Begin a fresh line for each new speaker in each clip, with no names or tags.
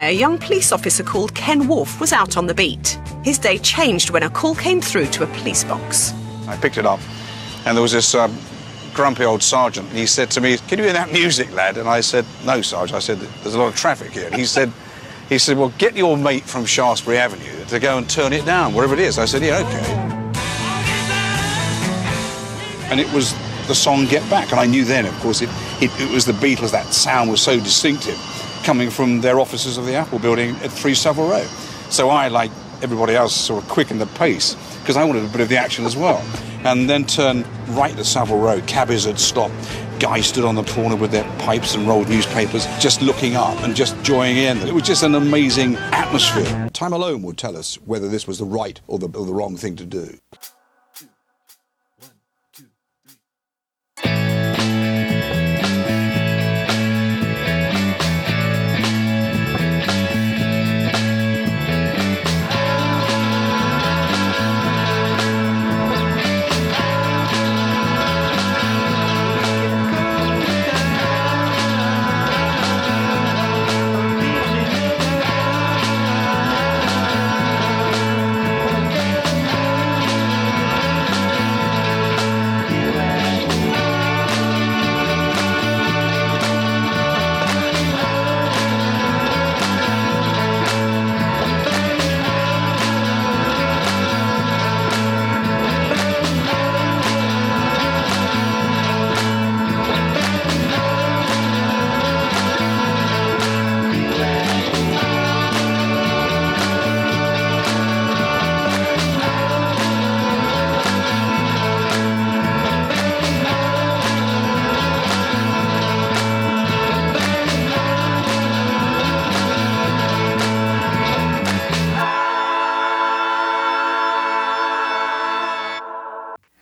A young police officer called Ken Wolfe was out on the beat. His day changed when a call came through to a police box.
I picked it up, and there was this um, grumpy old sergeant. He said to me, "Can you hear that music, lad?" And I said, "No, sergeant." I said, "There's a lot of traffic here." And he said, "He said, well, get your mate from Shaftesbury Avenue to go and turn it down, wherever it is." I said, "Yeah, okay." And it was the song "Get Back," and I knew then, of course, it, it, it was the Beatles. That sound was so distinctive, coming from their offices of the Apple Building at Three Savile Row. So I, like everybody else, sort of quickened the pace because I wanted a bit of the action as well. And then turned right to Savile Row. Cabbies had stopped. Guys stood on the corner with their pipes and rolled newspapers, just looking up and just joining in. It was just an amazing atmosphere. Time alone would tell us whether this was the right or the, or the wrong thing to do.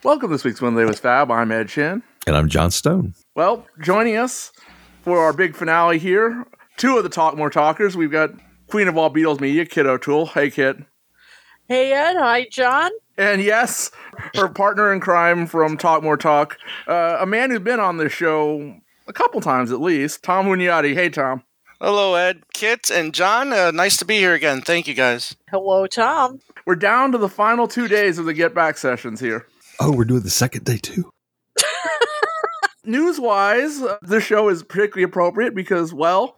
Welcome to this week's One Day with Fab. I'm Ed Shin.
And I'm John Stone.
Well, joining us for our big finale here, two of the Talk More Talkers. We've got Queen of All Beatles Media, Kid O'Toole. Hey, Kid.
Hey Ed, hi John.
And yes, her partner in crime from Talk More Talk, uh, a man who's been on this show a couple times at least, Tom Hunyadi. Hey, Tom.
Hello, Ed, Kit, and John. Uh, nice to be here again. Thank you, guys.
Hello, Tom.
We're down to the final two days of the Get Back sessions here.
Oh, we're doing the second day too.
News wise, uh, this show is particularly appropriate because, well,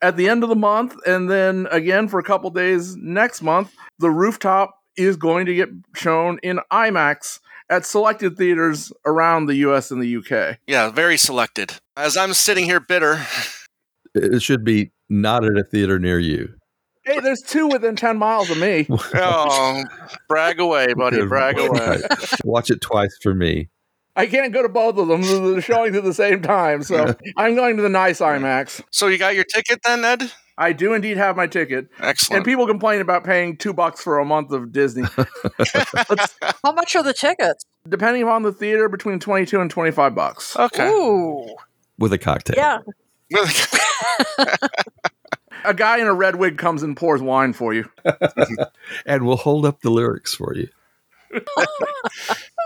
at the end of the month, and then again for a couple days next month, the rooftop is going to get shown in IMAX at selected theaters around the US and the UK.
Yeah, very selected. As I'm sitting here bitter,
It should be not at a theater near you.
Hey, there's two within 10 miles of me. uh,
oh, brag away, buddy, brag away.
Right. Watch it twice for me.
I can't go to both of them. so They're showing at the same time. So I'm going to the nice IMAX.
So you got your ticket then, Ed?
I do indeed have my ticket. And
Excellent.
people complain about paying two bucks for a month of Disney. It's-
How much are the tickets?
depending upon the theater, between 22 and 25 bucks.
okay.
Ooh.
With a cocktail.
Yeah.
A guy in a red wig comes and pours wine for you.
And we'll hold up the lyrics for you.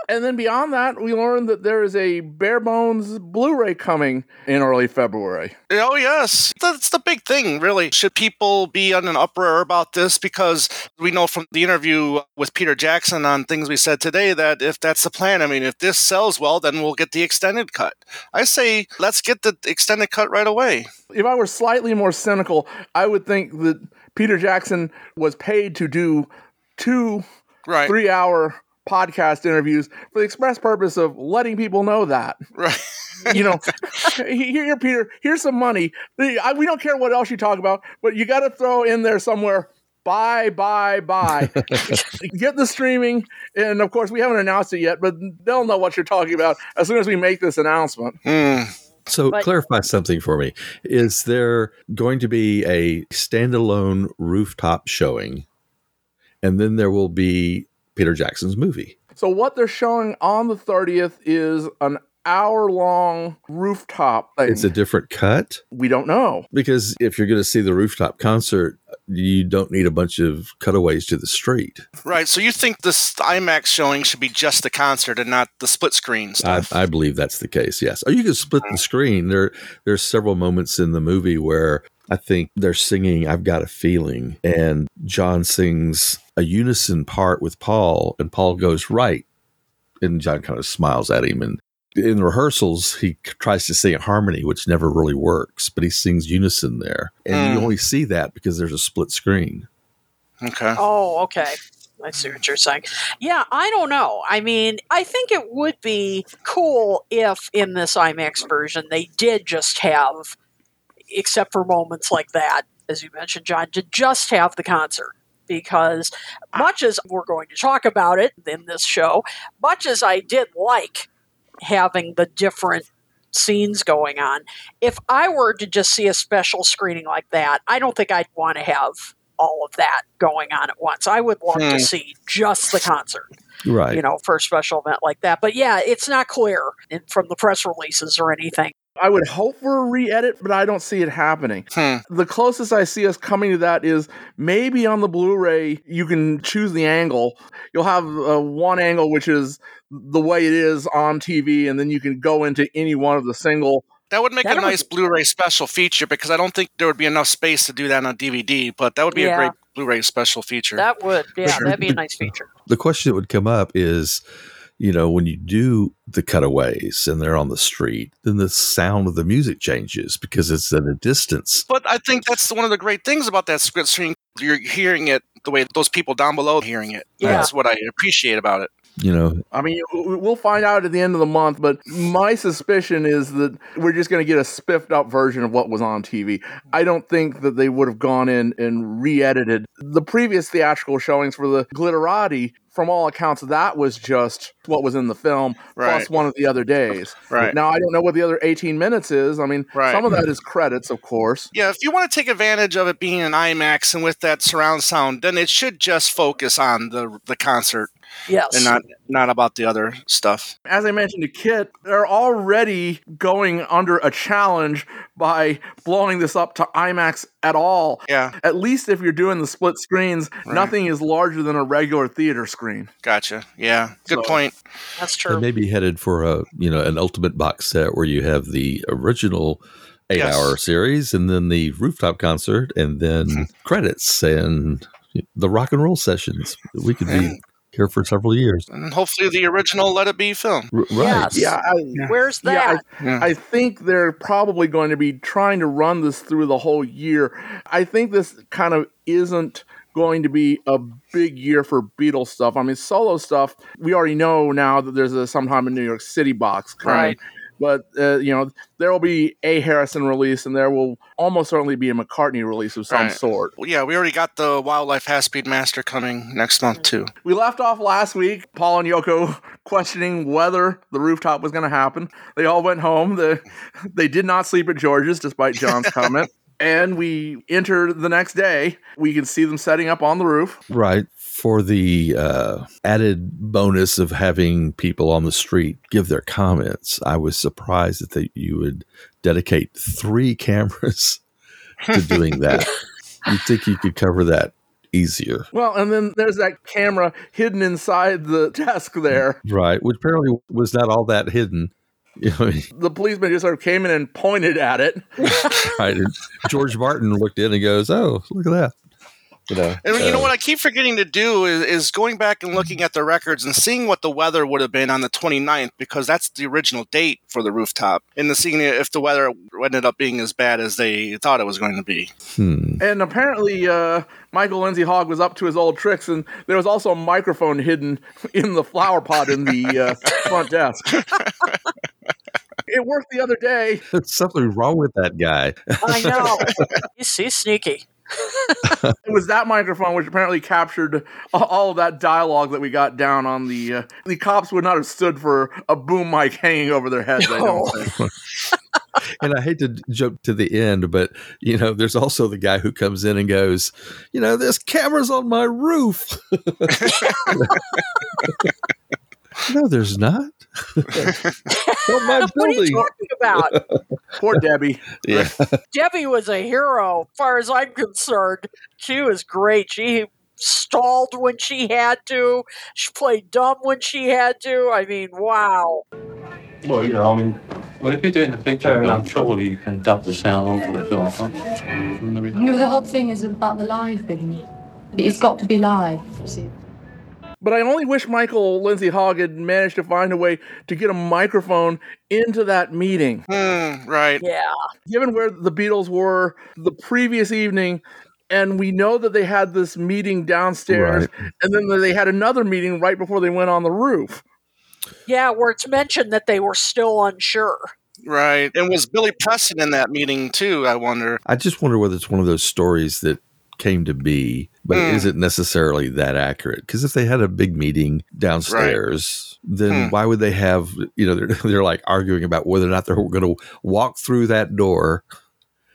And then beyond that, we learned that there is a bare bones Blu ray coming in early February.
oh, yes. That's the big thing, really. Should people be on an uproar about this? Because we know from the interview with Peter Jackson on things we said today that if that's the plan, I mean, if this sells well, then we'll get the extended cut. I say, let's get the extended cut right away.
If I were slightly more cynical, I would think that Peter Jackson was paid to do two
Right.
three hour podcast interviews for the express purpose of letting people know that.
Right.
you know, here, here, Peter, here's some money. The- I- we don't care what else you talk about, but you got to throw in there somewhere. Buy, buy, buy. Get the streaming. And of course, we haven't announced it yet, but they'll know what you're talking about as soon as we make this announcement.
Mm.
So
But-
clarify something for me. Is there going to be a standalone rooftop showing? And then there will be Peter Jackson's movie.
So, what they're showing on the 30th is an hour long rooftop thing.
Mm-hmm.
It's a different cut
we don't know.
because if you're going to see the rooftop concert, you don't need a bunch of cutaways to the street.
Right. So you think this IMAX showing should be just the concert and not the split screen
I,
stuff?
I Oh, believe that's the case. Yes, or you can split the screen. There, there's several moments in the movie where I think they're singing I've Got a Feeling, and John sings a unison part with Paul, and Paul goes right. And John kind of smiles at him. And in rehearsals, he c- tries to sing a harmony, which never really works, but he sings unison there. And you
Mm.
only see that because there's a split screen.
Okay.
Oh, okay. I see what you're saying. Yeah, I don't know. I mean, I think it would be cool if in this IMAX version they did just have, except for moments like that, as you mentioned, John, to just have the concert. Because much as we're going to talk about it in this show, much as I did like having the different scenes going on, if I were to just see a special screening like that, I don't think I'd want to have all of that going on at once. I would love
Hmm.
to see just the concert,
Right.
you know, for a special event like that. But yeah, it's not clear in, from the press releases or anything.
I would hope for a re edit, but I don't see it happening.
Hmm.
The closest I see us coming to that is maybe on the Blu ray, you can choose the angle. You'll have uh, one angle, which is the way it is on TV, and then you can go into any one of the single.
That would make
That
a
would-
nice Blu-ray special feature because I don't think there would be enough space to do that on DVD. But that would be
Yeah.
a great Blu-ray special feature.
That would, yeah,
Sure.
that'd be a nice feature.
the question that would come up is you know when you do the cutaways and they're on the street then the sound of the music changes because it's at a distance
but I think that's one of the great things about that script screen. You're hearing it the way those people down below are hearing it.
Yeah.
That's what I appreciate about it.
you know
I mean, w- we'll find out at the end of the month, but my suspicion is that we're just going to get a spiffed up version of what was on TV. I don't think that they would have gone in and re edited the previous theatrical showings for the Glitterati. From all accounts, that was just what was in the film plus
Right.
one of the other days.
Right.
Now, I don't know what the other 18 minutes is. I mean,
Right.
some of that is credits, of course.
Yeah, if you want to take advantage of it being an IMAX and with that surround sound, then it should just focus on the the concert
Yes.
and not not about the other stuff.
As I mentioned to Kit, they're already going under a challenge by blowing this up to IMAX at all.
Yeah,
At least if you're doing the split screens, nothing is larger than a regular theater screen.
gotcha. Yeah, good
So-
point.
that's
they
true.
may be headed for a you know an ultimate box set where you have the original eight
Yes.
hour series and then the rooftop concert and then credits and the rock and roll sessions we could be here for several years
And hopefully the original Let It Be film.
R- right
Yes.
Yeah, I,
Where's
Yeah,
that?
Yeah.
I think they're probably going to be trying to run this through the whole year. I think this kind of isn't going to be a big year for Beatles stuff. I mean, solo stuff, we already know now that there's a sometime in New York City box kind.
Right.
But, uh, you know, there will be a Harrison release and there will almost certainly be a McCartney release of some
Right.
sort.
Well, yeah, we already got the Wildlife Half Speed Master coming next month too.
We left off last week, Paul and Yoko questioning whether the rooftop was going to happen. They all went home. The, they did not sleep at George's, despite John's comment. And we enter the next day. We can see them setting up on the roof.
Right. For the uh, added bonus of having people on the street give their comments, I was surprised that they, you would dedicate three cameras to doing that. You'd think you could cover that easier.
Well, and then there's that camera hidden inside the desk there.
Right. Which apparently was not all that hidden. You know,
The policeman just sort of came in and pointed at it.
right. And George Martin looked in and goes, Oh, look at that. You know,
And you know
uh,
what I keep forgetting to do is, is going back and looking at the records and seeing what the weather would have been on the 29th because that's the original date for the rooftop and the seeing if the weather ended up being as bad as they thought it was going to be.
hmm.
And apparently, uh, Michael Lindsay Hogg was up to his old tricks, and there was also a microphone hidden in the flower pot in the uh, front desk. it worked the other day.
There's something wrong with that guy.
I know. you see, sneaky.
It was that microphone which apparently captured a- all of that dialogue that we got down on the. Uh, the cops would not have stood for a boom mic hanging over their heads. I don't
No.
think.
and I hate to jump to the end, but you know, there's also the guy who comes in and goes, you know, there's cameras on my roof. no, there's not. on my
What are you
building.
talking about?
Poor Debbie.
Yeah.
Debbie was a hero, far as I'm concerned. She was great. She stalled when she had to. She played dumb when she had to. I mean, wow.
Well, you know, I mean, Well, if you do it in the picture, I'm sure you can dub the sound onto the film. huh? From the re-
No, the whole thing is about the live thing. It's got to be live. you see.
But I only wish Michael Lindsay Hogg had managed to find a way to get a microphone into that meeting.
Hmm, right.
Yeah.
Given where the Beatles were the previous evening, and we know that they had this meeting downstairs, and then they had another meeting right before they went on the roof.
Yeah, where it's mentioned that they were still unsure.
Right. And was Billy Preston in that meeting too, I wonder?
I just wonder whether it's one of those stories that came to be, but
Hmm.
isn't necessarily that accurate. Because if they had a big meeting downstairs, then
Hmm.
why would they have, you know, they're, they're like arguing about whether or not they're going to walk through that door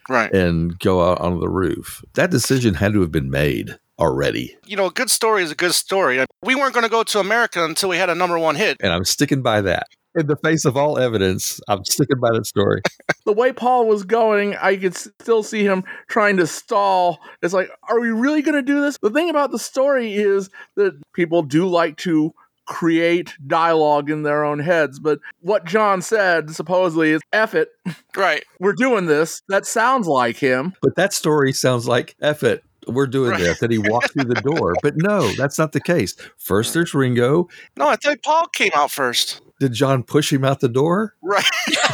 Right.
and go out onto the roof? That decision had to have been made already.
You know, a good story is a good story. We weren't going to go to America until we had a number one hit.
And I'm sticking by that. In the face of all evidence, I'm sticking by that story.
The way Paul was going, I could s- still see him trying to stall. It's like, are we really going to do this? The thing about the story is that people do like to create dialogue in their own heads, but what John said supposedly is F it.
Right.
we're doing this. That sounds like him.
But that story sounds like, F it, we're doing
Right.
this. And he walked through the door. But no, that's not the case. First, there's Ringo.
No, I think Paul came out first.
Did John push him out the door?
Right.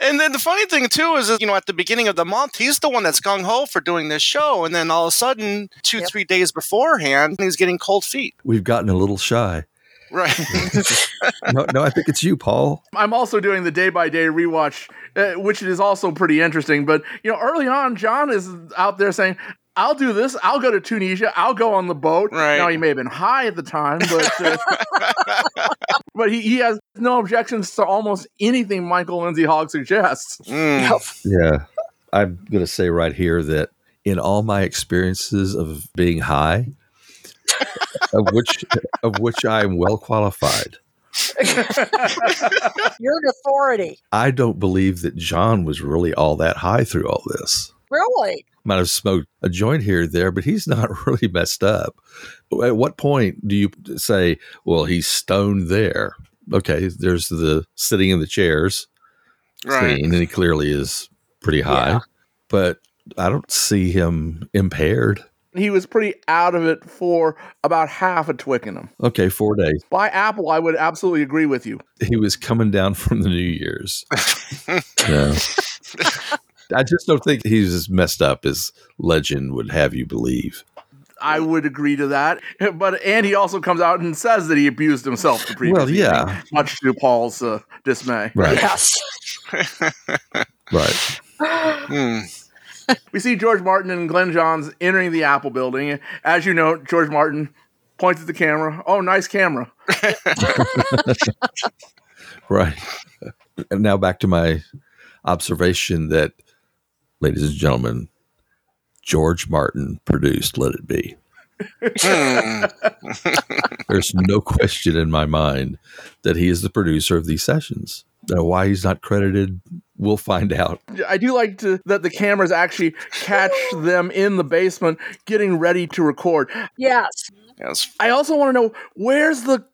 And then the funny thing too is, is, you know, at the beginning of the month, he's the one that's gung ho for doing this show, and then all of a sudden, two,
Yep.
three days beforehand, he's getting cold feet.
We've gotten a little shy.
Right.
No, no, I think it's you, Paul.
I'm also doing the day by day rewatch, uh, which is also pretty interesting. But you know, early on, John is out there saying, "I'll do this. I'll go to Tunisia. I'll go on the boat."
Right.
Now he may have been high at the time, but uh, but he, he has no objections to almost anything Michael Lindsay Hogg suggests.
Mm.
Yeah. I'm going to say right here that in all my experiences of being high, of which of which I am well qualified,
You're an authority.
I don't believe that John was really all that high through all this.
Really?
Might have smoked a joint here or there, but he's not really messed up. At what point do you say, well, he's stoned there? Okay, there's the sitting in the chairs.
Right.
scene, and he clearly is pretty high.
Yeah.
But I don't see him impaired.
He was pretty out of it for about half of Twickenham.
Okay, four days.
By Apple, I would absolutely agree with you.
He was coming down from the New Year's. yeah. I just don't think he's as messed up as legend would have you believe.
I would agree to that. But and he also comes out and says that he abused himself the previous
Well, yeah.
evening, much to Paul's uh, dismay.
Right.
Yes.
Right.
Mm.
We see George Martin and Glenn Johns entering the Apple building. As you know, George Martin points at the camera. Oh, nice camera.
Right. And now back to my observation that, ladies and gentlemen, George Martin produced Let It Be.
Mm.
There's no question in my mind that he is the producer of these sessions. Now, why he's not credited, we'll find out.
I do like to, that the cameras actually catch them in the basement getting ready to record.
Yes.
Yes.
I also want to know where's the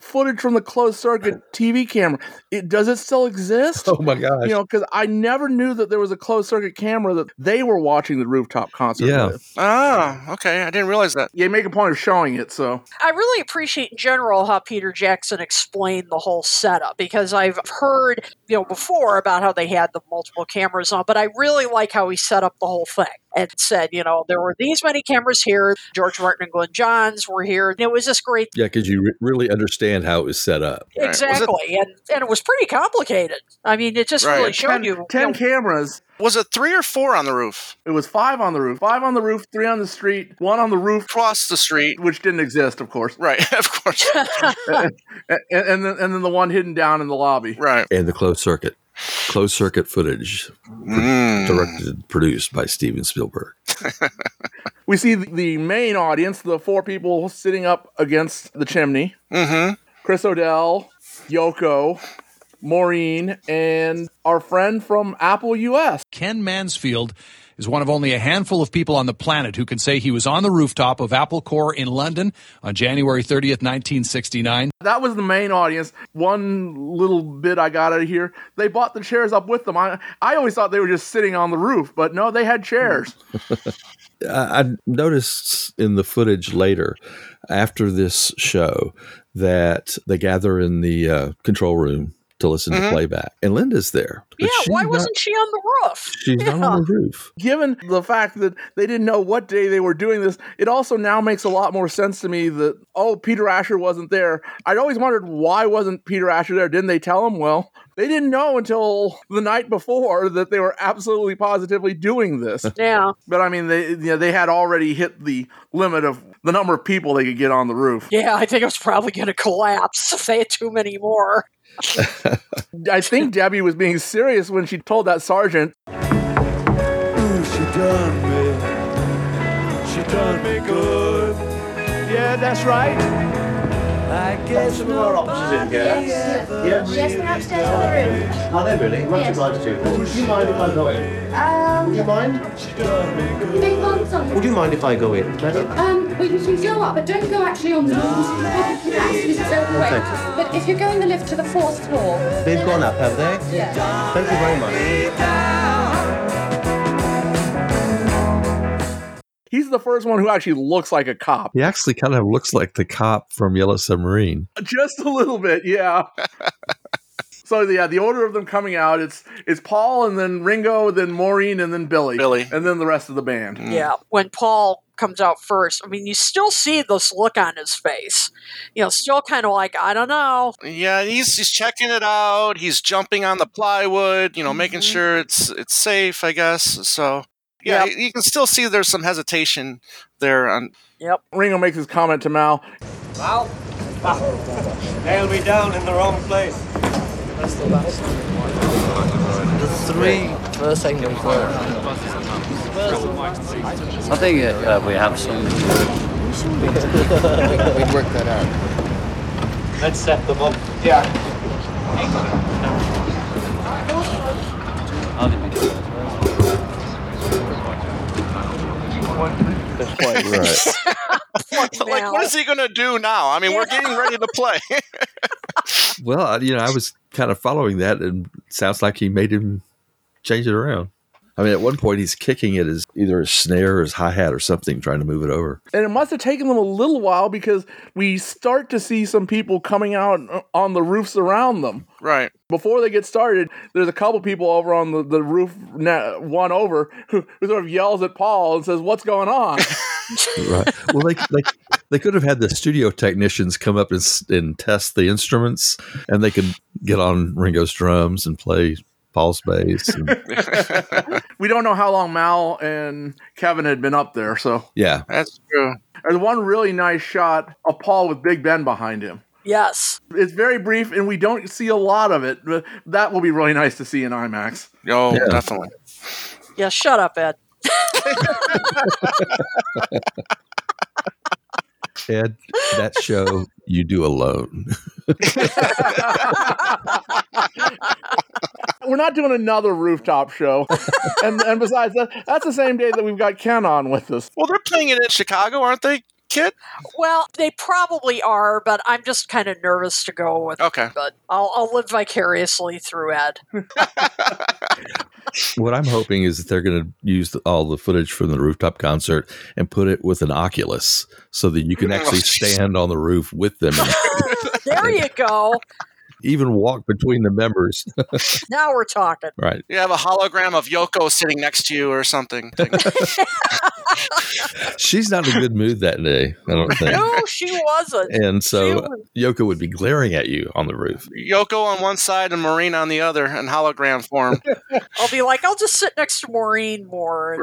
footage from the closed circuit TV camera? It, does it still exist?
Oh my gosh.
you know, because I never knew that there was a closed circuit camera that they were watching the rooftop concert.
Yeah.
with.
Ah, okay. I didn't realize that.
Yeah, make a point of showing it. So
I really appreciate in general how Peter Jackson explained the whole setup because I've heard, you know, before about how they had the multiple cameras on, but I really like how he set up the whole thing and said, you know, there were these many cameras here, George Martin and Glenn Johns were here. And it was just great
yeah, because you re- really understand how it was set up.
Right. Was it-
Exactly. and and it was pretty complicated. I mean, it just
Right.
really showed
ten,
you.
ten
you know,
cameras.
Was it three or four on the roof?
It was five on the roof, five on the roof, three on the street, one on the roof,
Across the street.
which didn't exist, of course,
Right, of course.
and, and then and then the one hidden down in the lobby.
Right.
And the closed circuit. Closed circuit footage
Mm.
directed, produced by Steven Spielberg.
We see the, the main audience, the four people sitting up against the chimney:
Mm-hmm.
Chris Odell, Yoko, Maureen, and our friend from Apple US.
Ken Mansfield is one of only a handful of people on the planet who can say he was on the rooftop of Apple Corps in London on January 30th, 1969.
That was the main audience. One little bit I got out of here. They bought the chairs up with them. I, I always thought they were just sitting on the roof, but no, they had chairs.
I I noticed in the footage later, after this show, that they gather in the uh, control room to listen to playback, and Linda's there. but
Yeah,
she's
why
not-
wasn't she on the roof?
she's not on the roof?
Given the fact that they didn't know what day they were doing this, it also now makes a lot more sense to me that, oh, Peter Asher wasn't there. I'd always wondered why wasn't Peter Asher there? Didn't they tell him? Well, they didn't know until the night before that they were absolutely positively doing this.
Yeah.
But I mean, they you know, they had already hit the limit of the number of people they could get on the roof.
Yeah, I think it was probably going to collapse if they had too many more.
I think Debbie was being serious when she told that sergeant.
Ooh, she done me. She done me good. Yeah, that's right. I guess some of our officers in here. Yes, yes. yes they're upstairs in the room. Are they really? Much obliged to you. Would you mind if I go in? Um, Would you mind? She done me good.
They want something.
Would you mind if I go in, madam?
Um, we can go up, but don't go actually on the lift. This is overweight. But if you're going the lift to the fourth floor,
They've gone up, have they?
yeah.
Thank you very much.
He's the first one who actually looks like a cop.
He actually kind of looks like the cop from Yellow Submarine.
Just a little bit, yeah. so yeah, the order of them coming out, it's it's Paul and then Ringo, then Maureen and then Billy.
Billy.
And then the rest of the band.
Hmm.
Yeah, when Paul comes out first, I mean, you still see this look on his face. You know, still kind of like, I don't know.
Yeah, he's he's checking it out. He's jumping on the plywood, you know, making sure it's it's safe, I guess. So yeah,
Yep.
you can still see there's some hesitation there. On
Yep.
Ringo makes his comment to Mal.
Nailed me down in the wrong place. That's the last The three first thing and four. I think uh, we have some. We'd work that out. Let's set them up. Yeah. How did we do
Right.
like,
Now-
what is he gonna do now? I mean, we're getting ready to play.
well, I- you know, I was kind of following that, and sounds like he made him change it around. I mean, at one point he's kicking at his either his snare or his hi hat or something, trying to move it over.
And it must have taken them a little while because we start to see some people coming out uh, on the roofs around them.
right.
before they get started, there's a couple people over on the, the roof, na- one over, who, who sort of yells at Paul and says, What's going on?
Right. Well, they, they they could have had the studio technicians come up and, s- and test the instruments, and they could get on Ringo's drums and play Paul's bass. and-
we don't know how long Mal and Kevin had been up there. So
yeah,
That's true.
there's one really nice shot of Paul with Big Ben behind him.
Yes.
It's very brief and we don't see a lot of it, but that will be really nice to see in IMAX.
Oh,
Yeah.
definitely.
Yeah, shut up, Ed.
Ed, that show you do alone.
We're not doing another rooftop show. and, and besides, that, that's the same day that we've got Ken on with us.
Well, they're playing it in Chicago, aren't they, Kit?
Well, they probably are, but I'm just kind of nervous to go with
Okay.
But I'll, I'll live vicariously through Ed.
What I'm hoping is that they're going to use the, all the footage from the rooftop concert and put it with an Oculus so that you can actually
Oh, jeez.
stand on the roof with them and
there you go.
even walk between the members.
Now we're talking.
right.
You have a hologram of Yoko sitting next to you or something.
She's not in a good mood that day, I don't think.
No, she wasn't.
And so
She-
Yoko would be glaring at you on the roof.
Yoko on one side and Maureen on the other in hologram form.
I'll be like, I'll just sit next to Maureen more. And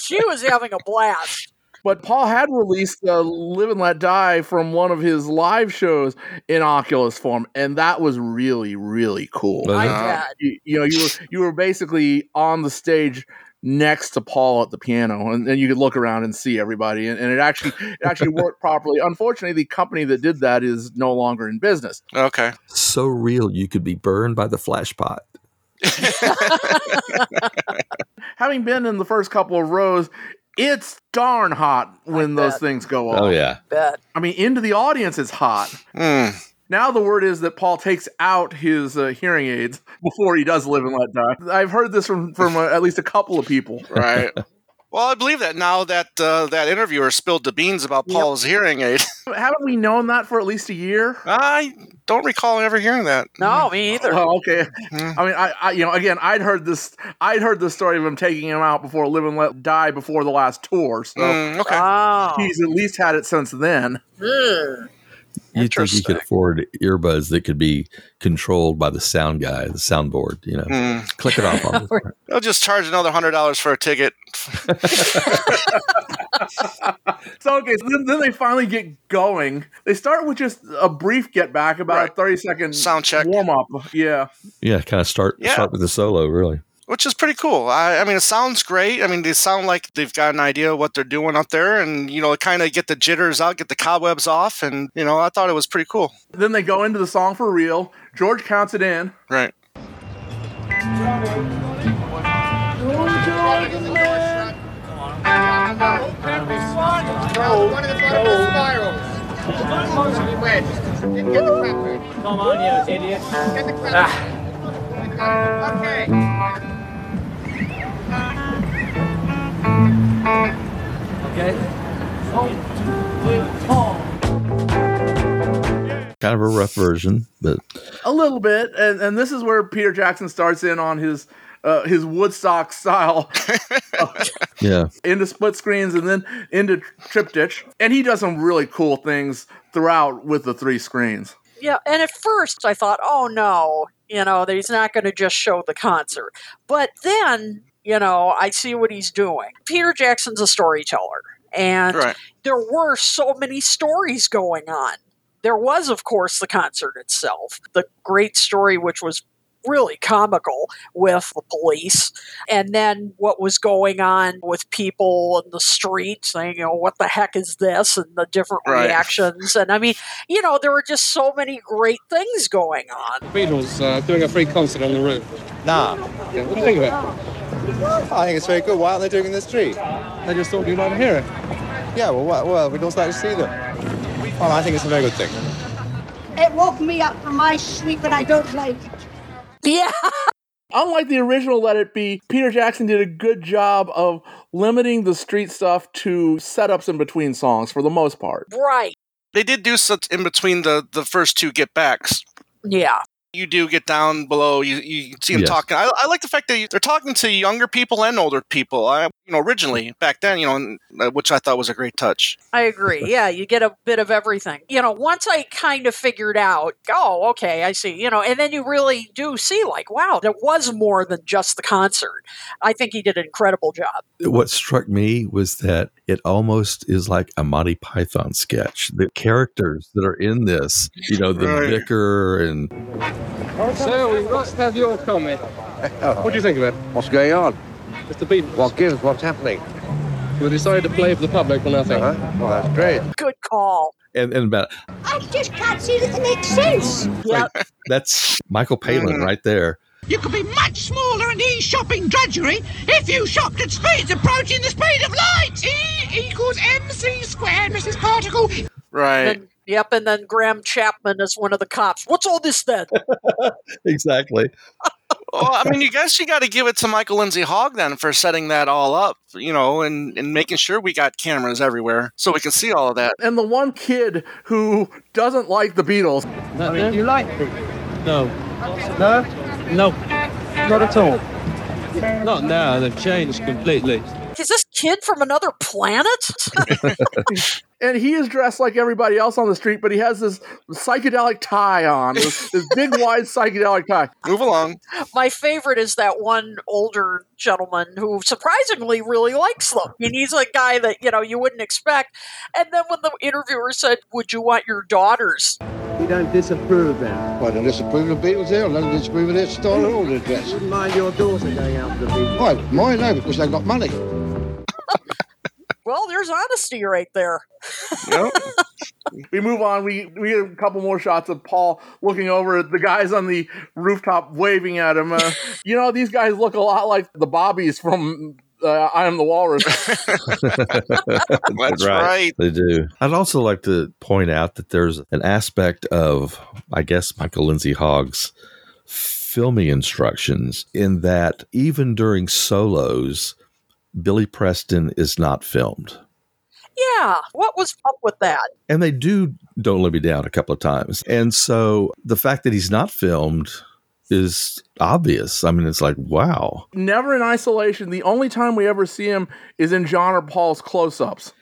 she was having a blast.
But Paul had released uh, Live and Let Die from one of his live shows in Oculus form, and that was really, really cool.
Well,
I
Uh-huh.
bet.
you, you know, you were, you were basically on the stage next to Paul at the piano, and, and you could look around and see everybody, and, and it actually it actually worked properly. Unfortunately, the company that did that is no longer in business.
Okay.
So real, you could be burned by the flashpot.
Having been in the first couple of rows, it's darn hot when those things go off.
Oh yeah.
Bet.
I mean, into the audience is hot.
Hmm.
Now the word is that Paul takes out his uh, hearing aids before he does live and let die. I've heard this from from uh, at least a couple of people.
Right. well, I believe that now that uh, that interviewer spilled the beans about Paul's hearing aid.
Haven't we known that for at least a year?
Uh-huh. I don't recall ever hearing that.
No, me either.
Oh, okay.
Mhm.
I mean, I, I, you know, again, I'd heard this, I'd heard the story of him taking him out before Live and Let Die before the last tour. So
Mm, okay.
Wow.
he's at least had it since then.
Mm.
You think he could
Interesting.
afford earbuds that could be controlled by the sound guy, the soundboard? You know,
Hmm.
click it off on. the-
They'll just charge another hundred dollars for a ticket.
So okay, so then, then they finally get going. They start with just a brief get back, about a
Right.
thirty second
Sound check.
warm up. Yeah,
yeah, kind of start
Yeah.
start with the solo, really.
which is pretty cool. I, I mean, it sounds great. I mean, they sound like they've got an idea of what they're doing up there, and you know, kind of get the jitters out, get the cobwebs off, and you know, I thought it was pretty cool.
then they go into the song for real. George counts it in.
Right.
Kind of a rough version, but
a little bit, and and this is where Peter Jackson starts in on his uh, his Woodstock style
yeah,
into split screens and then into triptych, and he does some really cool things throughout with the three screens.
Yeah, and at first I thought, oh no, you know, that he's not going to just show the concert. But then, you know, I see what he's doing. Peter Jackson's a storyteller, and
Right.
there were so many stories going on. There was, of course, the concert itself, the great story, which was really comical with the police, and then what was going on with people in the street saying, you know, what the heck is this, and the different
Right.
reactions. And I mean, you know, there were just so many great things going on.
Beatles uh, doing a free concert on the roof.
Nah,
Yeah, what do you think of it?
I think it's very good. Why aren't they doing it in the street?
They just thought you'd like to hear it.
Yeah, well, why- well, we'd also like to see them. Well, I think it's a very good thing.
It woke me up from my sleep and I don't like it.
Yeah.
Unlike the original Let It Be, Peter Jackson did a good job of limiting the street stuff to setups in between songs for the most part.
Right.
They did do such in between the the first two get backs.
Yeah.
You do get down below. You you see them
Yes.
talking. I, I like the fact that you, they're talking to younger people and older people. I you know originally back then you know and, uh, which I thought was a great touch.
I agree. Yeah, you get a bit of everything. You know, once I kind of figured out, oh, okay, I see, you know, and then you really do see, like, wow, there was more than just the concert. I think he did an incredible job.
what struck me was that it almost is like a Monty Python sketch. The characters that are in this, you know, the
Right.
vicar and
So we must have your comment. What do you think of it?
What's going on?
It's the Beatles.
What gives? What's happening?
We decided to play for the public or nothing.
Huh? Well, that's great.
Good call.
and, and about
I just can't see that it makes sense.
Yeah.
that's Michael Palin
Mhm.
right there.
You could be much smaller and ease shopping drudgery if you shopped at speeds approaching the speed of light. E equals mc squared, Mrs. Particle.
Right.
And, yep. And then Graham Chapman is one of the cops. What's all this then?
Exactly.
well, I mean, you guess you got to give it to Michael Lindsay Hogg then for setting that all up, you know, and, and making sure we got cameras everywhere so we can see all of that.
And the one kid who doesn't like the Beatles,
I mean, you like No. No? No. Not at all. Not now, they've changed completely.
Is this kid from another planet?
and he is dressed like everybody else on the street, but he has this psychedelic tie on, this, this big wide psychedelic tie.
Move along.
My favorite is that one older gentleman who surprisingly really likes them. And he's a guy that, you know, you wouldn't expect. And then when the interviewer said, Would you want your daughters
We don't disapprove then.
Well, I don't disapprove of the Beatles here. I don't disapprove of their style or their dress.
Wouldn't mind your daughter going out for the beach.
Why? Why no? Because they've got money.
Well, there's honesty right there.
Yep.
we move on. We we get a couple more shots of Paul looking over at the guys on the rooftop waving at him. Uh, you know, these guys look a lot like the Bobbies from uh, I Am the Walrus.
That's right.
They do. I'd also like to point out that there's an aspect of, I guess, Michael Lindsay Hogg's filming instructions in that even during solos, Billy Preston is not filmed.
Yeah, what was up with that?
And they do Don't Let Me Down a couple of times. And so the fact that he's not filmed is obvious. I mean, it's like, wow.
Never in isolation. The only time we ever see him is in John or Paul's close-ups.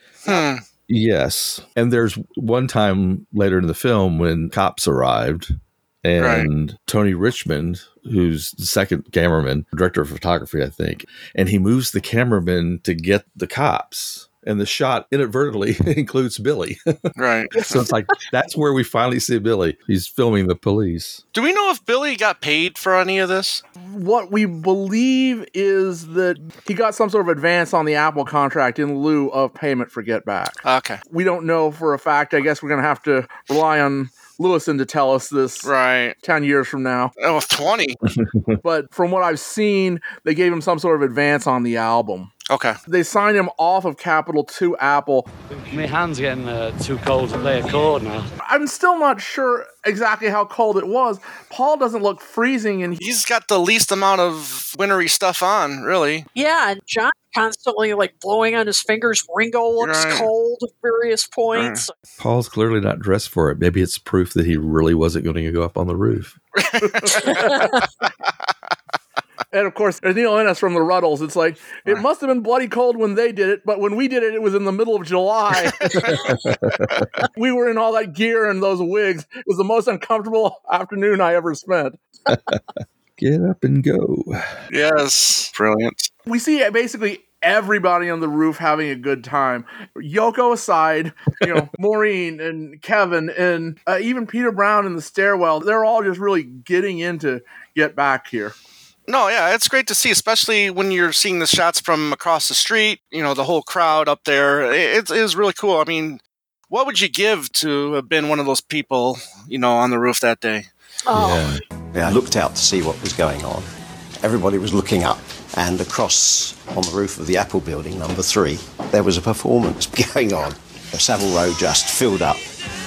Yes. And there's one time later in the film when cops arrived and Tony Richmond, who's the second cameraman, director of photography, I think, and he moves the cameraman to get the cops. And the shot inadvertently includes Billy.
Right.
so it's like, that's where we finally see Billy. He's filming the police.
Do we know if Billy got paid for any of this?
What we believe is that he got some sort of advance on the Apple contract in lieu of payment for Get Back.
Okay.
We don't know for a fact. I guess we're going to have to rely on Lewison to tell us this
Right.
10 years from now.
Oh, 20.
But from what I've seen, they gave him some sort of advance on the album.
Okay.
They signed him off of Capitol to Apple.
My hand's getting uh, too cold to play a chord now.
I'm still not sure exactly how cold it was. Paul doesn't look freezing, and
He's got the least amount of wintry stuff on, really.
Yeah, and John constantly like blowing on his fingers. Ringo looks
Right.
cold at various points.
Paul's clearly not dressed for it. Maybe it's proof that he really wasn't going to go up on the roof.
and of course, there's Neil Innes from the Ruddles. It's like it must have been bloody cold when they did it, but when we did it, it was in the middle of July. we were in all that gear and those wigs. It was the most uncomfortable afternoon I ever spent.
Get up and go.
Yes. Brilliant.
We see basically everybody on the roof having a good time. Yoko aside, you know, Maureen and Kevin and uh, even Peter Brown in the stairwell. They're all just really getting into get back here.
No, yeah, it's great to see, especially when you're seeing the shots from across the street, you know, the whole crowd up there. It, it is really cool. I mean, what would you give to have been one of those people, you know, on the roof that day?
Oh,
I looked out to see what was going on. Everybody was looking up, and across on the roof of the Apple building, number three, there was a performance going on. The Savile Row just filled up,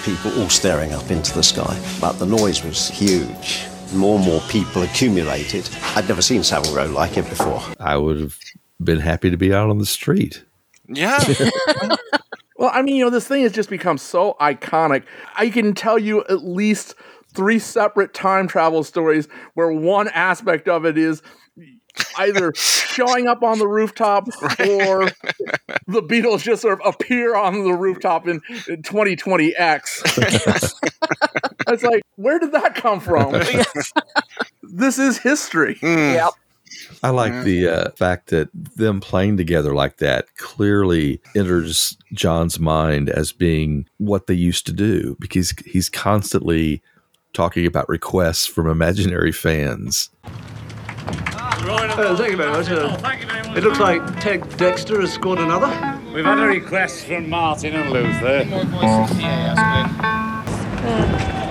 people all staring up into the sky. But the noise was huge. More and more people accumulated. I'd never seen Savile Row like it before.
I would have been happy to be out on the street.
Yeah.
Well, I mean, you know, this thing has just become so iconic. I can tell you at least three separate time travel stories where one aspect of it is either showing up on the rooftop or the Beatles just sort of appear on the rooftop in 2020X. it's like, where did that come from? this is history.
yep.
I like the uh, fact that them playing together like that clearly enters John's mind as being what they used to do because he's constantly talking about requests from imaginary fans.
Uh, thank you very much. Uh, it looks like Ted Dexter has scored another.
We've had a request from Martin and Luther.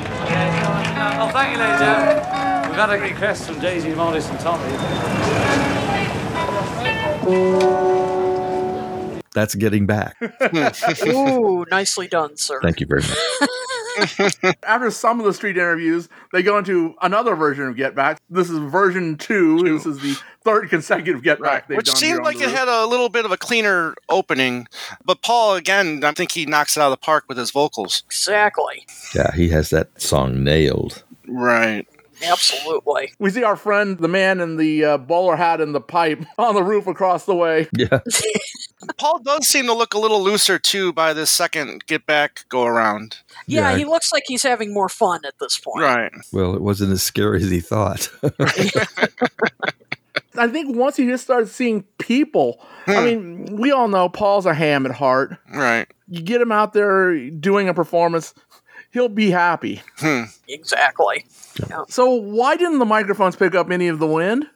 Oh, thank you, ladies. Uh, We've had a request from Daisy Morris and Tommy.
That's getting back.
Ooh, nicely done, sir.
Thank you very much.
After some of the street interviews, they go into another version of Get Back. This is version two. This is the third consecutive Get Back. they've
Which
done here
seemed
on
like
the
it
roof.
had a little bit of a cleaner opening. But Paul, again, I think he knocks it out of the park with his vocals.
Exactly.
Yeah, he has that song nailed.
Right.
Absolutely.
We see our friend, the man in the uh, bowler hat and the pipe, on the roof across the way.
Yeah.
Paul does seem to look a little looser, too, by this second get back go around.
Yeah,
Yeah.
he looks like he's having more fun at this point.
Right.
Well, it wasn't as scary as he thought.
I think once you just start seeing people,
Hmm.
I mean, we all know Paul's a ham at heart.
Right.
You get him out there doing a performance, he'll be happy.
Exactly.
So, why didn't the microphones pick up any of the wind?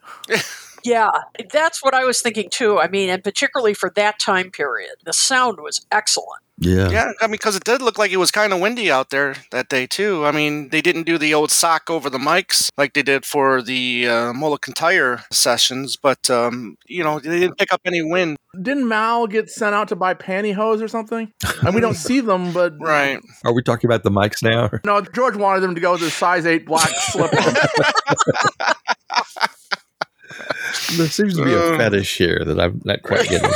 Yeah, that's what I was thinking too. I mean, and particularly for that time period, the sound was excellent.
Yeah.
Yeah, I mean, because it did look like it was kind of windy out there that day too. I mean, they didn't do the old sock over the mics like they did for the uh, Mulligan Tire sessions, but um, you know, they didn't pick up any wind.
Didn't Mal get sent out to buy pantyhose or something? And we don't see them, but
right.
Are we talking about the mics now?
No, George wanted them to go with a size eight black slipper.
there seems to be
Uh.
a fetish here that I'm not quite getting.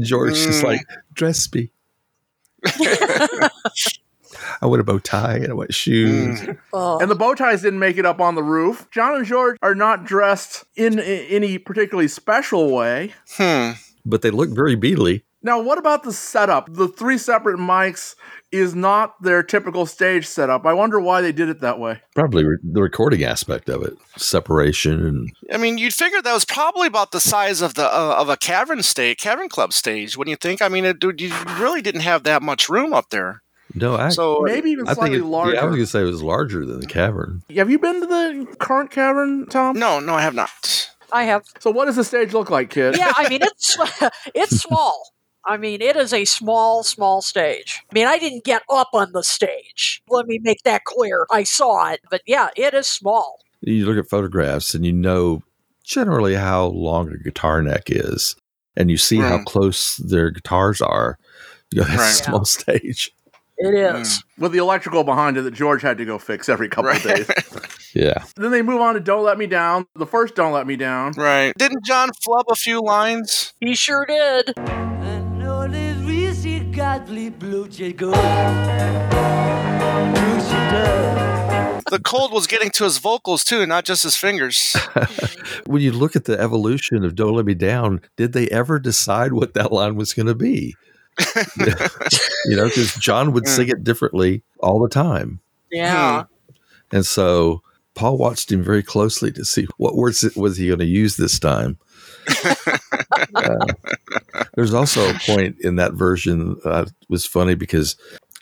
George
Mm.
is like, dress me. I want a bow tie and I want shoes.
Mm.
And the bow ties didn't make it up on the roof. John and George are not dressed in, i- any particularly special way.
But they look very beatly.
Now, what about the setup? The three separate mics is not their typical stage setup. I wonder why they did it that way.
Probably re- the recording aspect of it, separation and
I mean, you'd figure that was probably about the size of the uh, of a cavern stage, cavern club stage. Wouldn't you think? I mean, it, dude, you really didn't have that much room up there.
no, I,
So- Maybe even
I think
slightly
it- Yeah, I was
larger.
gonna say it was larger than the cavern.
Have you been to the current cavern, Tom?
No, no, I have not.
I have.
So, what does the stage look like, kid?
yeah, I mean it's it's small. I mean it is a small, small stage. I mean I didn't get up on the stage. Let me make that clear. I saw it, but yeah, it is small.
You look at photographs and you know generally how long a guitar neck is, and you see how
Right.
close their guitars are. You go, that's
Right.
a small stage.
It is.
With the electrical behind it that George had to go fix every couple of days.
Yeah.
then they move on to Don't Let Me Down, the first Don't Let Me Down.
Right. Didn't John flub a few lines?
He sure did.
The cold was getting to his vocals too, not just his fingers.
when you look at the evolution of Don't Let Me Down, did they ever decide what that line was going to be? you know, because John would sing it differently all the time.
Hmm.
Yeah.
And so Paul watched him very closely to see what words it- was he going to use this time. Uh, there's also a point in that version uh, was funny because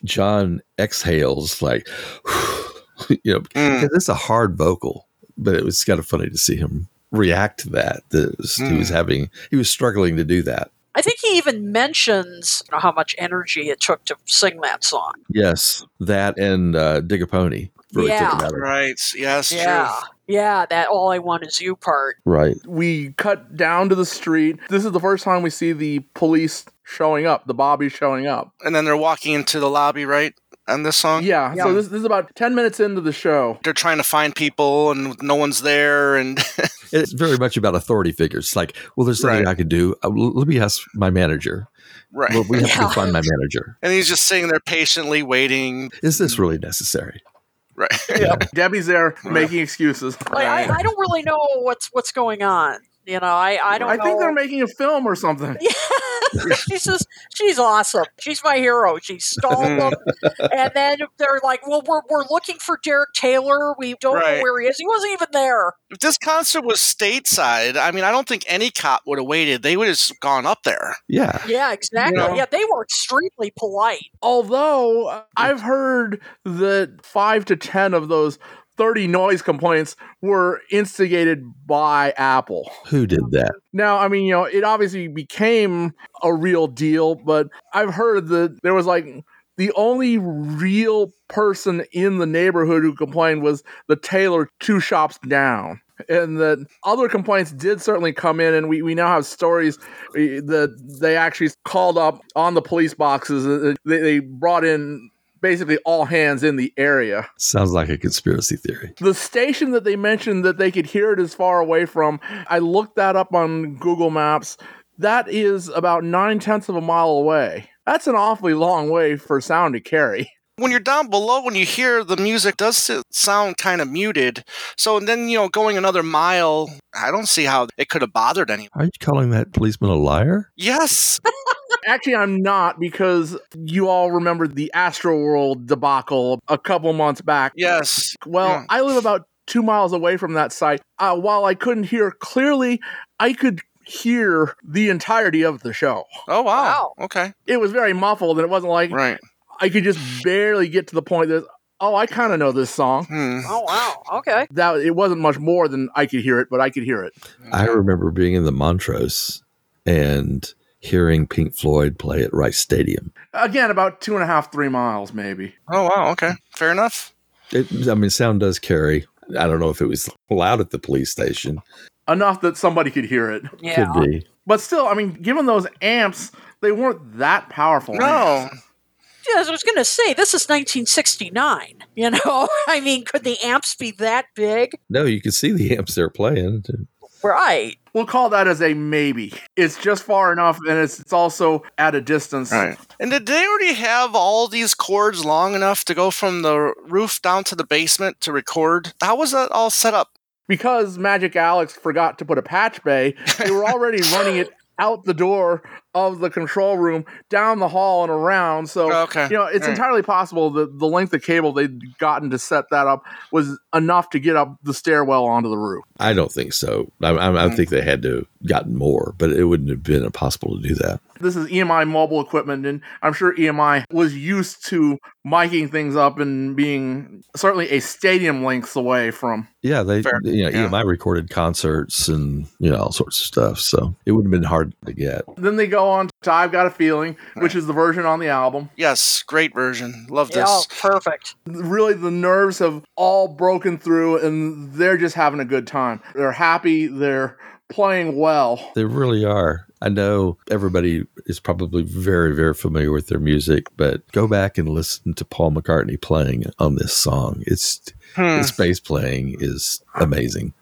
John exhales like, you know,
Hmm,
because it's a hard vocal, but it was kind of funny to see him react to that. That it was, he was having, he was struggling to do that.
I think he even mentions you know, how much energy it took to sing that song.
Yes, that and uh, dig a pony really
yeah.
took it out of it.
Right. Yes.
Yeah. Yeah. That all I want is you part.
Right.
We cut down to the street. This is the first time we see the police showing up, the Bobby showing up.
And then they're walking into the lobby, right? On this song.
Yeah, so this, this is about 10 minutes into the show.
They're trying to find people, and no one's there. And
It's very much about authority figures. It's like, well, there's something I could do. Uh, l- let me ask my manager.
Right.
Well, we have to
Yeah.
go find my manager.
and he's just sitting there patiently waiting.
Is this really necessary?
Right.
Debbie's there making excuses.
Like, I, I don't really know what's what's going on. You know, I, I don't
I
know.
think they're making a film or something.
she's just she's awesome. She's my hero. She stole them, and then they're like, "Well, we're we're looking for Derek Taylor. We don't know
Right.
where he is. He wasn't even there."
If this concert was stateside, I mean, I don't think any cop would have waited. They would have just gone up there.
Yeah.
Yeah, exactly.
Yeah.
Yeah, they were extremely polite.
Although uh, I've heard that five to 10 of those 30 noise complaints were instigated by Apple.
Who did that?
Now, I mean, you know, it obviously became a real deal, but I've heard that there was like the only real person in the neighborhood who complained was the tailor two shops down. And that other complaints did certainly come in, and we, we now have stories eh, that they actually called up on the police boxes. eh, eh, They, they brought in basically all hands in the area
Sounds like a conspiracy theory.
the station that they mentioned that they could hear it is far away from i looked that up on google maps that is about nine tenths of a mile away that's an awfully long way for sound to carry
When you're down below, when you hear the music, it does s- sound kind of muted. So then, you know, going another mile, I don't see how it could have bothered anyone.
Are you calling that policeman a liar?
Yes.
actually i'm not because you all remember the astroworld debacle a couple months back
yes
well i live about two miles away from that site uh, while i couldn't hear clearly i could hear the entirety of the show
Oh wow. Okay.
it was very muffled and it wasn't like
right.
I could just barely get to the point that oh I kind of know this song.
Hmm.
Oh wow. Okay.
That it wasn't much more than I could hear it, but I could hear it.
I remember being in the Montrose and hearing Pink Floyd play at Rice Stadium.
Again, about two and a half, three miles, maybe.
Oh, wow. Okay. Fair enough.
It, I mean, sound does carry. I don't know if it was loud at the police station.
Enough that somebody could hear it.
Could be.
But still, I mean, given those amps, they weren't that powerful.
No.
amps.
Yeah, as I was going to say, this is 1969. You know, I mean, could the amps be that big?
No, you could see the amps they're playing.
Right.
We'll call that as a maybe. It's just far enough, and it's, it's also at a distance.
Right. And did they already have all these cords long enough to go from the roof down to the basement to record? How was that all set up?
Because Magic Alex forgot to put a patch bay, they were already running it out the door of the control room, down the hall, and around. So,
Okay.
you know, it's
All right.
entirely possible that the length of cable they'd gotten to set that up was enough to get up the stairwell onto the roof.
I don't think so. I, I,
Mm.
I think they had to have gotten more, but it wouldn't have been impossible to do that.
This is EMI mobile equipment, and I'm sure EMI was used to miking things up and being certainly a stadium lengths away from.
Yeah, they
Fair.
you know
Yeah.
EMI recorded concerts and you know all sorts of stuff, so it would have been hard to get.
Then they go on to I've Got a Feeling, which is the version on the album.
Yes, great version. Love
Yeah,
this.
Oh, perfect.
Really, the nerves have all broken through, and they're just having a good time. They're happy, they're playing well.
They really are. I know everybody is probably very very familiar with their music, but go back and listen to Paul McCartney playing on this song. It's
Hmm.
his bass playing is amazing.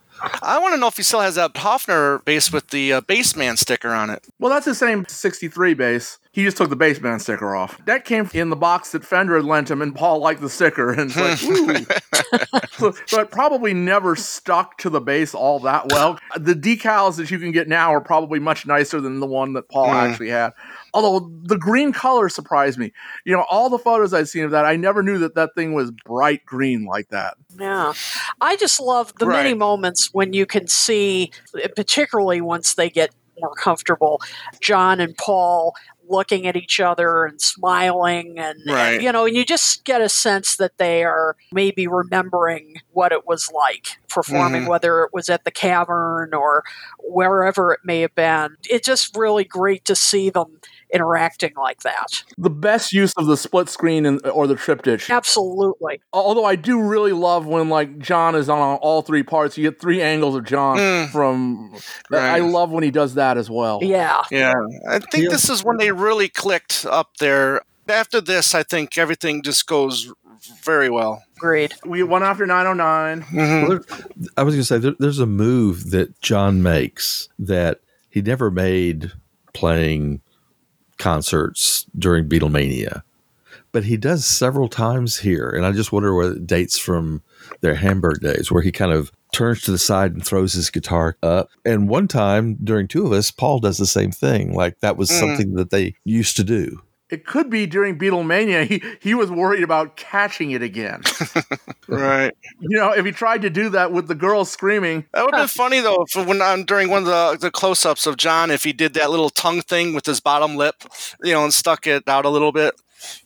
I want to know if he still has that Hofner base with the uh, baseman sticker on it.
Well, that's the same 63 bass. He just took the bass band sticker off. That came in the box that Fender had lent him, and Paul liked the sticker, and it's like, ooh. so, so it probably never stuck to the bass all that well. The decals that you can get now are probably much nicer than the one that Paul
Mm.
actually had. Although the green color surprised me. You know, all the photos I'd seen of that, I never knew that that thing was bright green like that.
Yeah. I just love the many moments when you can see, eh, particularly once they get more comfortable, John and Paul looking at each other and smiling and eh,
Right.
you know and you just get a sense that they are maybe remembering what it was like performing
Mhm.
whether it was at the cavern or wherever it may have been it's just really great to see them interacting like that
The best use of the split screen and, or the triptych.
absolutely
Although I do really love when like John is on all three parts, you get three angles of John from. I
Right.
love when he does that as well.
Yeah.
Yeah. I think this is when they really clicked up there. After this, I think everything just goes very well.
Agreed.
We went after 909.
Well, there- I was going to say there, there's a move that John makes that he never made playing concerts during Beatlemania, but he does several times here, and I just wonder whether it dates from their Hamburg days, where he kind of turns to the side and throws his guitar up. And one time during Two of Us, Paul does the same thing. Like that was
Mm.
something that they used to do.
It could be during Beatlemania. He he was worried about catching it again.
Right.
you know, if he tried to do that with the girls screaming,
That would have been funny though if when um, during one of the, the close-ups of John, if he did that little tongue thing with his bottom lip, you know, and stuck it out a little bit.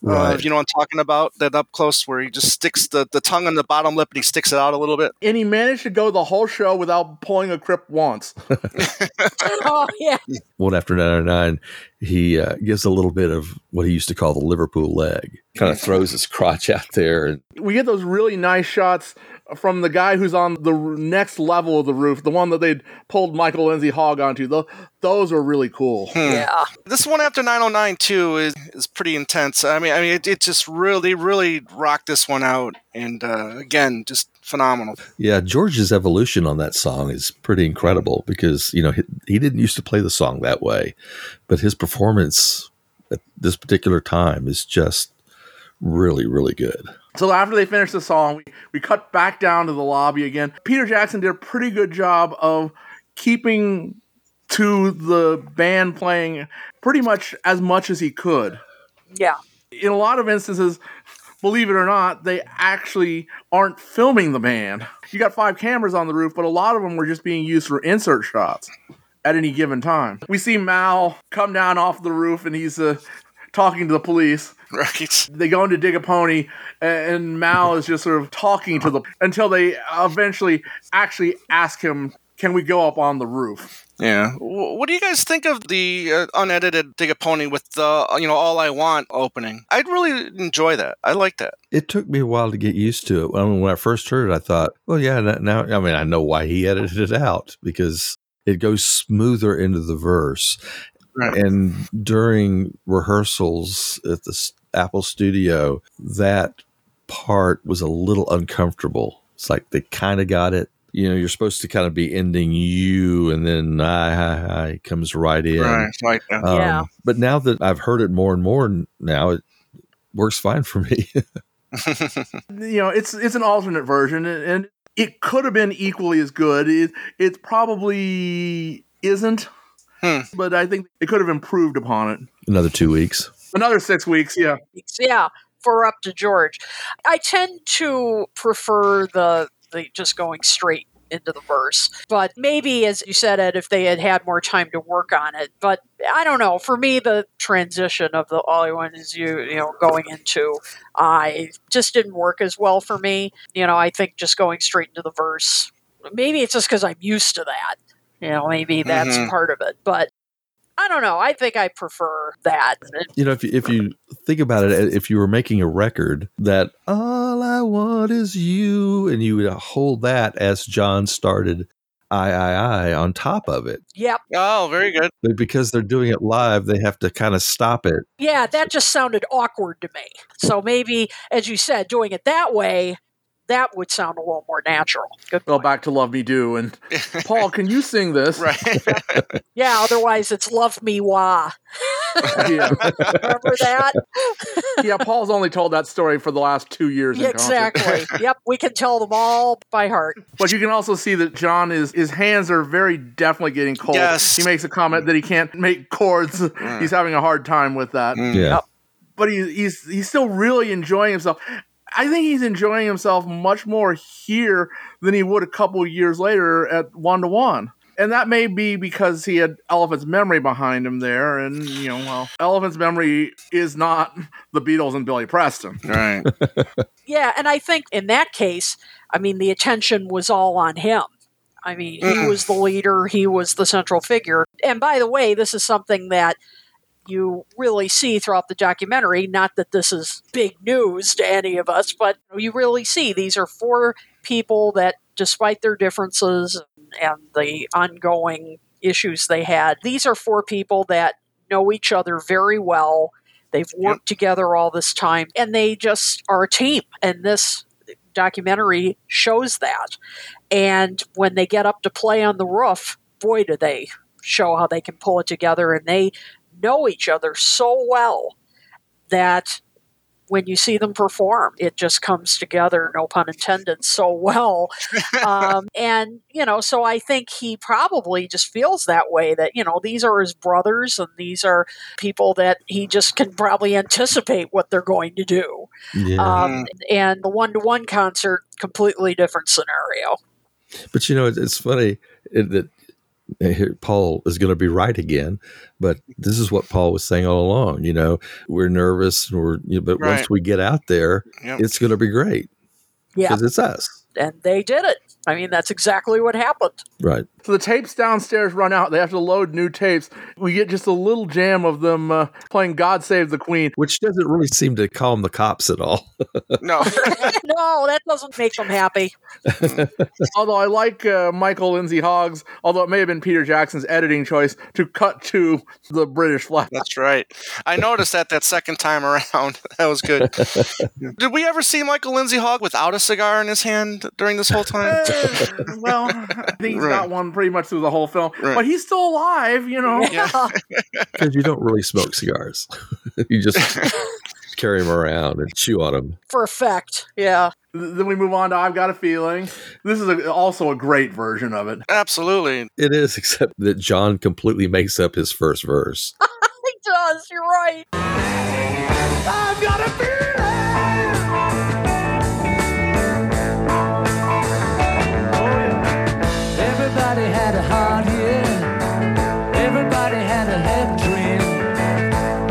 Uh,
Right.
if you know what I'm talking about, that up close where he just sticks the, the tongue on the bottom lip and he sticks it out a little bit.
and he managed to go the whole show without pulling a crip once.
oh yeah.
one after 909, he uh, gives a little bit of what he used to call the Liverpool leg, kind of throws his crotch out there. And
we get those really nice shots from the guy who's on the r- next level of the roof, the one that they'd pulled Michael Lindsay Hogg onto. Tho- those were really cool.
Yeah.
This one after 909 too is, is pretty intense. I mean, I mean, it, it just really, really rocked this one out, and uh, again, just phenomenal.
yeah, George's evolution on that song is pretty incredible because, you know, he, he didn't used to play the song that way, but his performance at this particular time is just really, really good.
So after they finished the song, we, we cut back down to the lobby again. Peter Jackson did a pretty good job of keeping to the band playing pretty much as much as he could.
Yeah.
In a lot of instances, believe it or not, they actually aren't filming the band. You got five cameras on the roof, but a lot of them were just being used for insert shots at any given time. We see Mal come down off the roof and he's uh, talking to the police.
Right.
They go in to dig a pony, a- and Mal is just sort of talking to them until they eventually actually ask him, Can we go up on the roof?
Yeah. Wh- What do you guys think of the uh, unedited Dig a Pony with the uh, you know All I Want opening? I'd really enjoy that. I like that.
It took me a while to get used to it. I mean, when I first heard it, I thought, well, yeah, n- now, I mean, I know why he edited it out because it goes smoother into the verse. And during rehearsals at the s- Apple studio, that part was a little uncomfortable. It's like they kind of got it. You know, you're supposed to kind of be ending you, and then I, I, I comes right in. Um,
Right, right, yeah. Yeah.
But now that I've heard it more and more, n- now it works fine for me.
you know it's it's an alternate version and, and it could have been equally as good it it probably isn't but i think it could have improved upon it
Another two weeks.
another six weeks yeah
Yeah, for up to George. I tend to prefer the the just going straight into the verse. But maybe as you said it if they had had more time to work on it, but I don't know. For me the transition of the all I want is you, you know, going into I just didn't work as well for me. You know, I think just going straight into the verse. Maybe it's just cuz I'm used to that. You know, maybe that's
Mhm.
part of it, but I don't know. I think I prefer that.
you know, if you, if you think about it, if you were making a record that all I want is you, and you would hold that as John started I I I on top of it,
Yep.
Oh, very good.
but because they're doing it live, they have to kind of stop it.
Yeah, that just sounded awkward to me. So maybe, as you said, doing it that way, that would sound a little more natural.
well back to love me do and paul can you sing this
right
Yeah, otherwise it's love me wah.
yeah
Remember that?
yeah paul's only told that story for the last two years in concert.
exactly. yep, we can tell them all by heart.
But you can also see that John is his hands are very definitely getting cold.
Yes.
He makes a comment that he can't make chords. He's having a hard time with that.
Mm,
Yeah.
But he, he's he's still really enjoying himself. I think he's enjoying himself much more here than he would a couple years later at one to one. And that may be because he had Elephant's Memory behind him there, and you know, well, Elephant's Memory is not the Beatles and Billy Preston.
Right.
Yeah, and I think in that case, I mean, the attention was all on him. I mean, he
Mm.
was the leader, he was the central figure. And by the way, this is something that you really see throughout the documentary. Not that this is big news to any of us, but you really see these are four people that, despite their differences and the ongoing issues they had, these are four people that know each other very well. They've worked together all this time, and they just are a team. And this documentary shows that. And when they get up to play on the roof, boy, do they show how they can pull it together. And they know each other so well that when you see them perform, it just comes together, no pun intended, so well. Um, and, you know, so I think he probably just feels that way that, you know, these are his brothers and these are people that he just can probably anticipate what they're going to do.
Yeah.
Um, and the one to one concert, completely different scenario.
But you know, it, it's funny it, that uh, here, Paul is going to be right again. But this is what Paul was saying all along. You know, we're nervous, and we're you know, but
Right.
once we get out there,
Yep.
it's going to be great
Yeah.
because it's us,
And they did it. I mean, that's exactly what happened.
right?
So the tapes downstairs run out. They have to load new tapes. We get just a little jam of them uh, playing "God Save the Queen."
Which doesn't really seem to calm the cops at all.
No,
no, that doesn't make them happy.
although I like uh, Michael Lindsay Hoggs, although it may have been Peter Jackson's editing choice to cut to the British flag.
That's right. I noticed that that second time around. That was good. Did we ever see Michael Lindsay Hogg without a cigar in his hand during this whole time?
Eh, well, I think he's
Right.
got one pretty much through the whole film,
Right.
but he's still alive, you know.
Because you don't really smoke cigars, you just carry them around and chew on them.
For effect, yeah.
Then we move on to "I've Got a Feeling." This is a, also a great version of it.
Absolutely.
It is, except that John completely makes up his first verse.
He does, you're right.
I've got a feeling. Everybody had a hard year. Everybody had a head dream.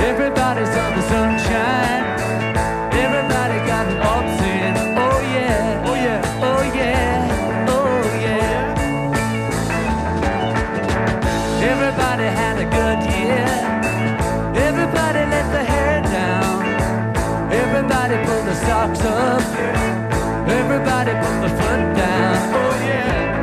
Everybody saw the sunshine. Everybody got an option. Oh yeah, oh yeah, oh yeah, oh yeah. the socks up. Everybody put the foot down. Oh yeah.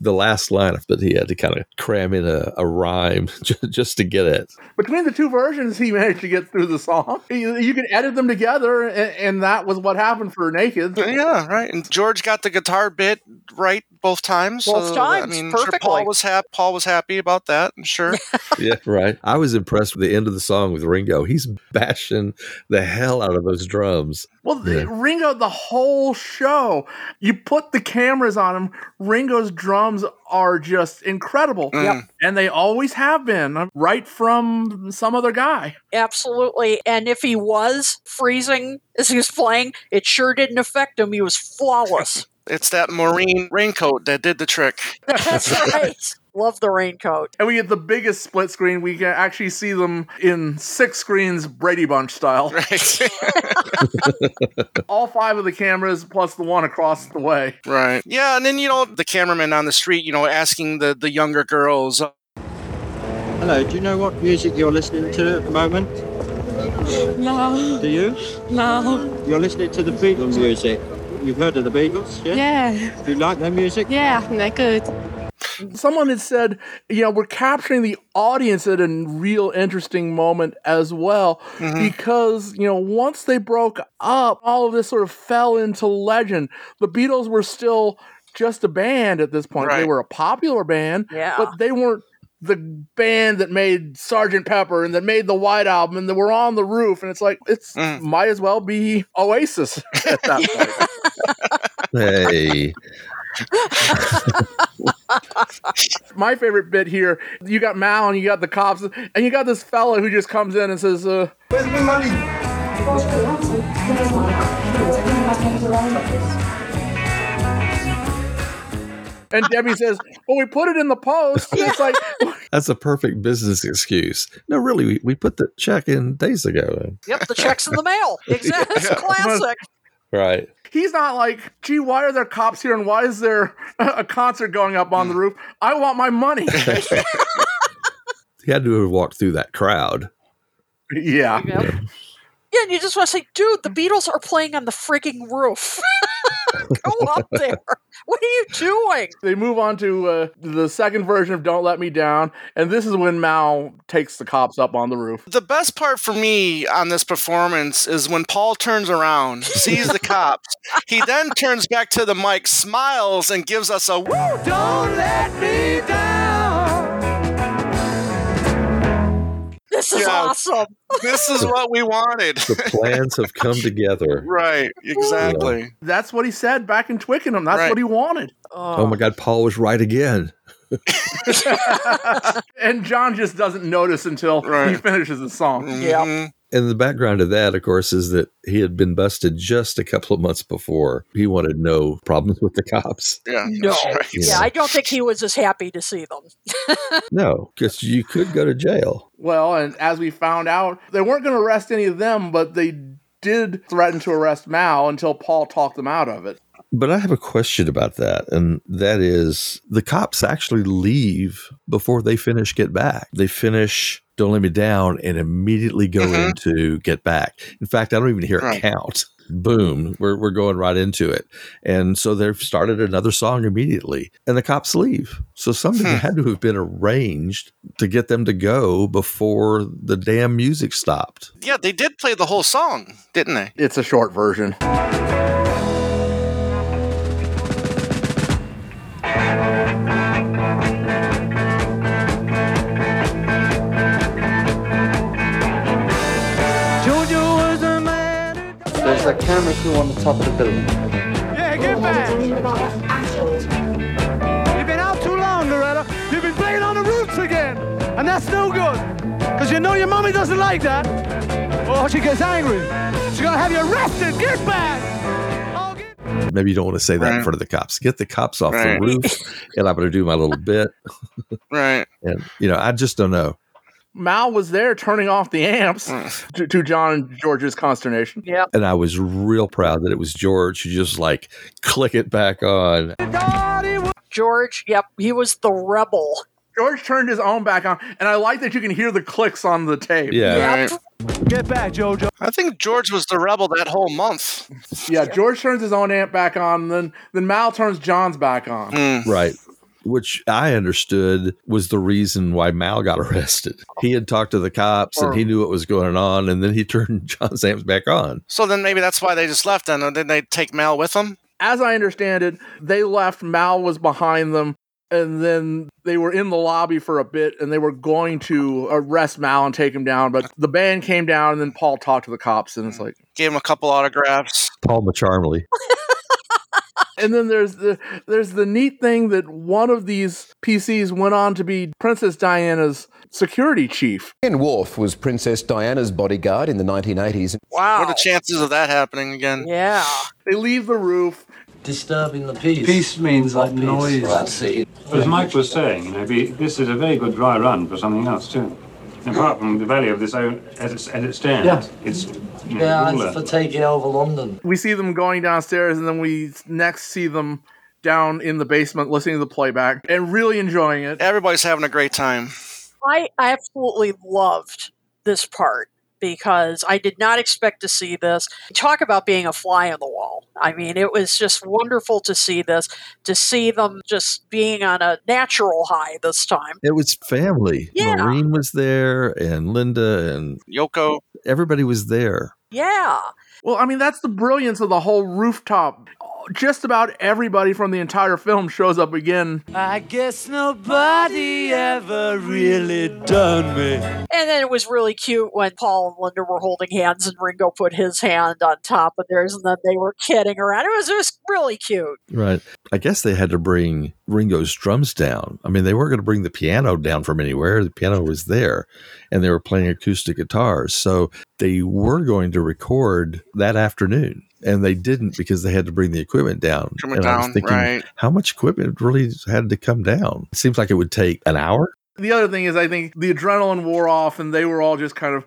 The last line that he had to kind of cram in a, a rhyme just, just to get it.
Between the two versions, he managed to get through the song. You, you could edit them together, and, and that was what happened for Naked.
Yeah, right. And George got the guitar bit right both times.
Both times,
I mean,
perfectly.
sure Paul was happy. Paul was happy about that. I'm sure.
Yeah, right. I was impressed with the end of the song with Ringo. He's bashing the hell out of those drums.
Well, the-
Yeah.
Ringo, the whole show, you put the cameras on him. Ringo's drums are just incredible.
Yep.
And they always have been, uh, right from some other guy.
Absolutely. And if he was freezing as he was playing, it sure didn't affect him. He was flawless.
It's that marine raincoat that did the trick.
That's right. Love the raincoat.
And we get the biggest split screen. We can actually see them in six screens, Brady Bunch style.
Right.
All five of the cameras plus the one across the way.
Right. Yeah, and then you know the cameraman on the street, you know, asking the the younger girls.
Hello, do you know what music you're listening to at the moment?
No,
Do you?
no.
You're listening to the Beatles music. You've heard of the Beatles, yeah?
Yeah,
Do you like their music?
yeah, I think they're good.
Someone had said, you know, we're capturing the audience at a real interesting moment as well, because, you know, once they broke up, all of this sort of fell into legend. The Beatles were still just a band at this point. They
Right.
were a popular band,
Yeah.
but they weren't the band that made Sgt. Pepper and that made the White Album and that were on the roof. And it's like, it's might as well be Oasis at that point.
Hey.
My favorite bit here, you got Mal and you got the cops, and you got this fella who just comes in and says, uh,
Where's my money?
and Debbie says, well, we put it in the post. And it's like,
That's a perfect business excuse. No, really, we, we put the check in days ago.
Yep, the check's in the mail. Exactly. It's classic.
Right.
He's not like, gee, why are there cops here and why is there a concert going up on the roof? I want my money.
He had to have walked through that crowd.
Yeah.
Yeah, and you just want to say, dude, the Beatles are playing on the frigging roof. Go up there. What are you doing?
They move on to uh, the second version of Don't Let Me Down, and this is when Mal takes the cops up on the roof.
The best part for me on this performance is when Paul turns around, sees the cops. He then turns back to the mic, smiles, and gives us a woo.
Don't let me down.
This is
Yeah.
awesome.
This is what we wanted.
The plans have come together.
Right, exactly.
That's what he said back in Twickenham. That's what he wanted.
Oh my God, Paul was right again.
and John just doesn't notice until he finishes the song.
Mm-hmm.
Yeah.
And the background of that, of course, is that he had been busted just a couple of months before. He wanted no problems with the cops.
Yeah.
No. Yeah,
Yeah.
I don't think he was as happy to see them.
No, because you could go to jail.
Well, and as we found out, they weren't going to arrest any of them, but they did threaten to arrest Mao until Paul talked them out of it.
But I have a question about that, and that is the cops actually leave before they finish Get Back. They finish Don't Let Me Down and immediately go
Mhm.
into Get Back. In fact, I don't even hear
Right.
a count. Boom, we're, we're going right into it. And so they've started another song immediately, and the cops leave. So something
Hmm.
had to have been arranged to get them to go before the damn music stopped.
Yeah, they did play the whole song, didn't they?
It's a short version.
Jojo was a man.
There's a camera crew on the top of the building.
Yeah, get back. You've been out too long, Loretta. You've been playing on the roofs again. And that's no good. Because you know your mommy doesn't like that. Or she gets angry. She's going to have you arrested. Get back. Oh,
Maybe you don't want to say that in
Right.
front of the cops. Get the cops off
Right.
the roof, and I'm going to do my little bit.
Right.
And you know, I just don't know.
Mao was there turning off the amps to, to John and George's consternation.
Yeah.
And I was real proud that it was George who just like click it back on.
George, yep, he was the rebel
George turned his own back on, and I like that you can hear the clicks on the tape.
Get back, Jojo. I think George was the rebel that whole month.
Yeah, George turns his own amp back on, then then Mal turns John's back on.
Right. Which I understood was the reason why Mal got arrested. He had talked to the cops and he knew what was going on, and then he turned John Sam's back on.
So then maybe that's why they just left then. Or didn't they take Mal with them?
As I understand it, they left. Mal was behind them, and then they were in the lobby for a bit, and they were going to arrest Mal and take him down. But the band came down, and then Paul talked to the cops, and it's like,
Gave him a couple autographs.
Paul McCharmley.
and then there's the there's the neat thing that one of these PCs went on to be Princess Diana's security chief.
Ken Wharf was Princess Diana's bodyguard in the 1980s.
Wow. What are the chances of that happening again?
Yeah.
They leave the roof.
Disturbing the peace.
Peace means like noise.
That's it.
As Mike was saying, you know, the- this is a very good dry run for something else too. And apart from the value of this own as it, as it stands,
Yeah.
it's you know,
Yeah,
ruler.
it's for taking over London.
We see them going downstairs, and then we next see them down in the basement listening to the playback and really enjoying it.
Everybody's having a great time.
I absolutely loved this part because I did not expect to see this. Talk about being a fly on the wall. I mean, it was just wonderful to see this, to see them just being on a natural high this time.
It was family.
Yeah.
Maureen was there, and Linda and
Yoko.
Everybody was there.
Yeah.
Well, I mean, that's the brilliance of the whole rooftop. Just about everybody from the entire film shows up again.
I guess nobody ever really done me.
And then it was really cute when Paul and Linda were holding hands and Ringo put his hand on top of theirs and then they were kidding around. It was just really cute.
Right. I guess they had to bring Ringo's drums down. I mean, they weren't going to bring the piano down from anywhere. The piano was there and they were playing acoustic guitars. So they were going to record that afternoon and they didn't because they had to bring the equipment down.
Equipment
and
down, right.
how much equipment really had to come down? It seems like it would take an hour.
The other thing is, I think the adrenaline wore off and they were all just kind of,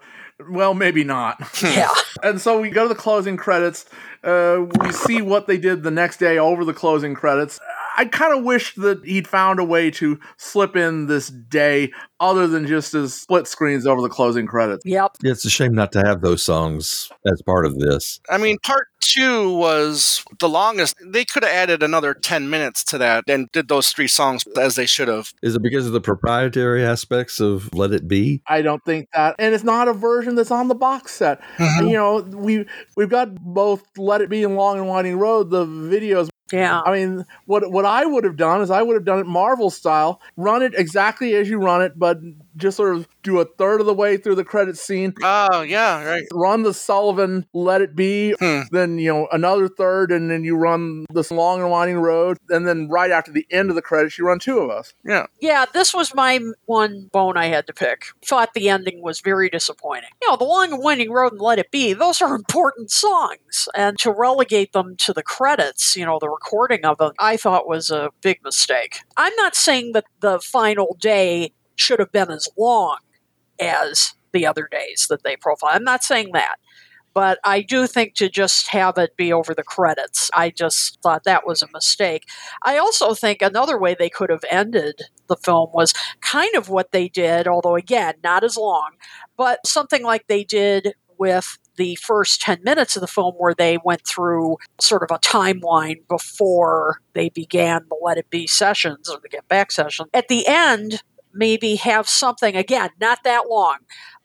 well, maybe not.
Yeah.
and so we go to the closing credits. Uh, we see what they did the next day over the closing credits. I kind of wish that he'd found a way to slip in this day other than just as split screens over the closing credits.
Yep.
Yeah, it's a shame not to have those songs as part of this.
I mean, part two was the longest. They could have added another 10 minutes to that and did those three songs as they should have.
Is it because of the proprietary aspects of Let It Be?
I don't think that, and it's not a version that's on the box set. You know, we we've got both "Let It Be" and "Long and Winding Road" the videos.
Yeah.
I mean, what what I would have done is I would have done it Marvel style, run it exactly as you run it, but just sort of do a third of the way through the credit scene.
Oh, yeah, right.
Run the Sullivan, let it be, then you know another third, and then you run this long and winding road, and then right after the end of the credits, you run two of us.
Yeah.
Yeah, this was my one bone I had to pick. Thought the ending was very disappointing. You know, The Long and Winding Road and Let It Be, those are important songs. And to relegate them to the credits, you know, the recording of them, I thought was a big mistake. I'm not saying that the final day should have been as long as the other days that they profile. I'm not saying that. But I do think to just have it be over the credits, I just thought that was a mistake. I also think another way they could have ended the film was kind of what they did, although again, not as long, but something like they did with the first 10 minutes of the film where they went through sort of a timeline before they began the Let It Be sessions or the Get Back session. At the end, maybe have something, again, not that long,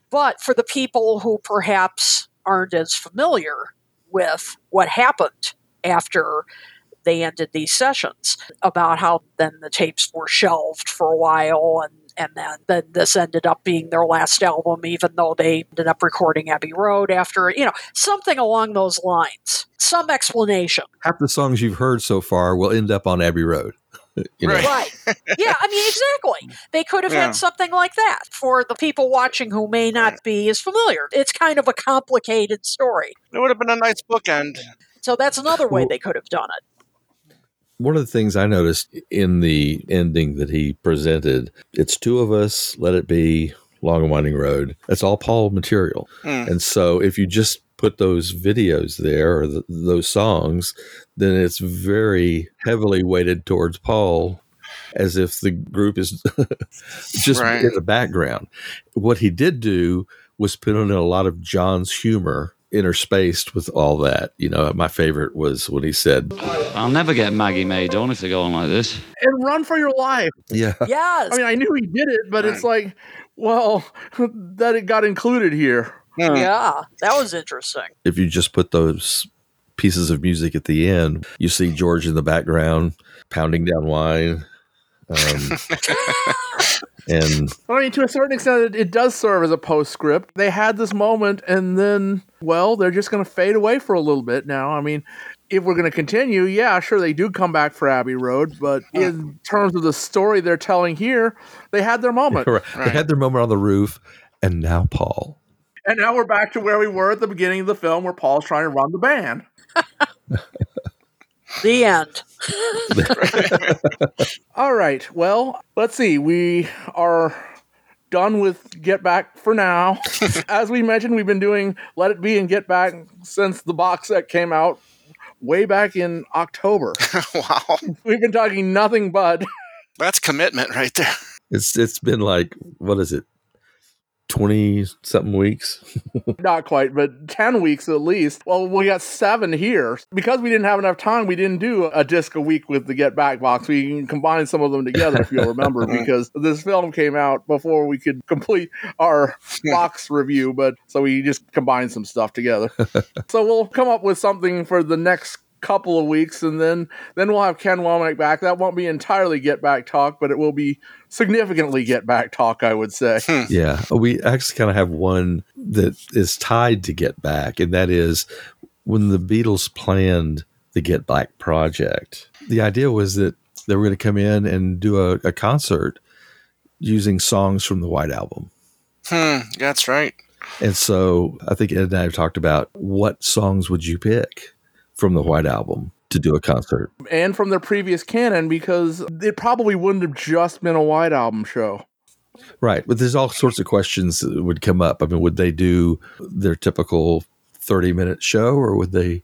but for the people who perhaps aren't as familiar with what happened after they ended these sessions about how then the tapes were shelved for a while and and then, then this ended up being their last album, even though they ended up recording Abbey Road after, you know, something along those lines. Some explanation.
Half the songs you've heard so far will end up on Abbey Road. You know?
Right. Yeah, I mean, exactly. They could have
Yeah.
had something like that for the people watching who may not be as familiar. It's kind of a complicated story.
It would have been a nice bookend.
So that's another way
Well-
they could have done it.
One of the things I noticed in the ending that he presented, it's two of us, let it be, long and winding road. That's all Paul material.
Hmm.
And so if you just put those videos there or th those songs, then it's very heavily weighted towards Paul. as if the group is just
Right.
in the background. What he did do was put in a lot of John's humor interspaced with all that. You know, my favorite was when he said,
I'll never get Maggie Maydon if they go on like this.
and run for your life.
Yeah.
Yes.
I mean, I knew he did it, but it's like, well, that it got included here.
Yeah, that was interesting.
if you just put those pieces of music at the end, you see George in the background pounding down wine. Um, and
I mean, to a certain extent, it, it does serve as a postscript. They had this moment, and then, well, they're just going to fade away for a little bit now. I mean, if we're going to continue, yeah, sure, they do come back for Abbey Road, but in terms of the story they're telling here, they had their moment.
they had their moment on the roof, and now Paul.
And now we're back to where we were at the beginning of the film, where Paul's trying to run the band.
the end.
All right. Well, let's see. We are done with Get Back for now. As we mentioned, we've been doing Let It Be and Get Back since the box set came out way back in October.
wow.
We've been talking nothing but.
That's commitment right there.
It's it's been like what is it, twenty something weeks?
Not quite, but 10 weeks at least. Well, we got seven here. Because we didn't have enough time, we didn't do a disc a week with the Get Back box. We combined some of them together, if you'll remember, because this film came out before we could complete our box review. But so we just combined some stuff together. so we'll come up with something for the next couple of weeks and then then we'll have Ken Womack back. That won't be entirely get back talk, but it will be significantly get back talk, I would say.
yeah, Oh, we actually kind of have one that is tied to Get Back, and that is when the Beatles planned the Get Back project. The idea was that they were going to come in and do a, a concert using songs from the White Album.
Hmm, that's right.
And so I think Ed and I have talked about what songs would you pick from the White Album to do a concert?
and from their previous canon because it probably wouldn't have just been a White Album show.
Right. But there's all sorts of questions that would come up. I mean, would they do their typical 30 minute show or would they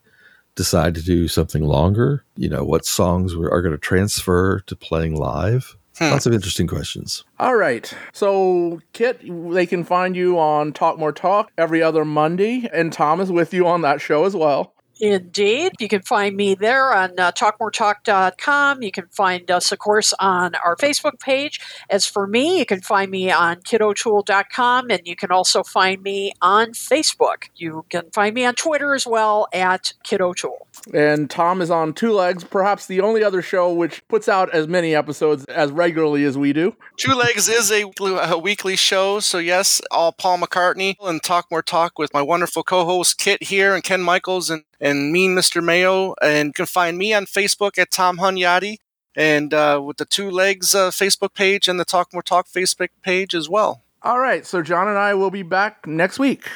decide to do something longer? You know, what songs were, are going to transfer to playing live? Lots of interesting questions.
All right. So, Kit, they can find you on Talk More Talk every other Monday, and Tom is with you on that show as well.
Indeed. You can find me there on uh, talkmoretalk.com. You can find us, of course, on our Facebook page. As for me, you can find me on kiddotool.com and you can also find me on Facebook. You can find me on Twitter as well at kiddotool.
And Tom is on Two Legs, perhaps the only other show which puts out as many episodes as regularly as we do.
Two Legs is a, a weekly show, so yes, all Paul McCartney and Talk More Talk with my wonderful co-host Kit here and Ken Michaels and, and Mean Mr. Mayo. And you can find me on Facebook at Tom Hunyadi and uh, with the Two Legs uh, Facebook page and the Talk More Talk Facebook page as well.
All right. So, John and I will be back next week.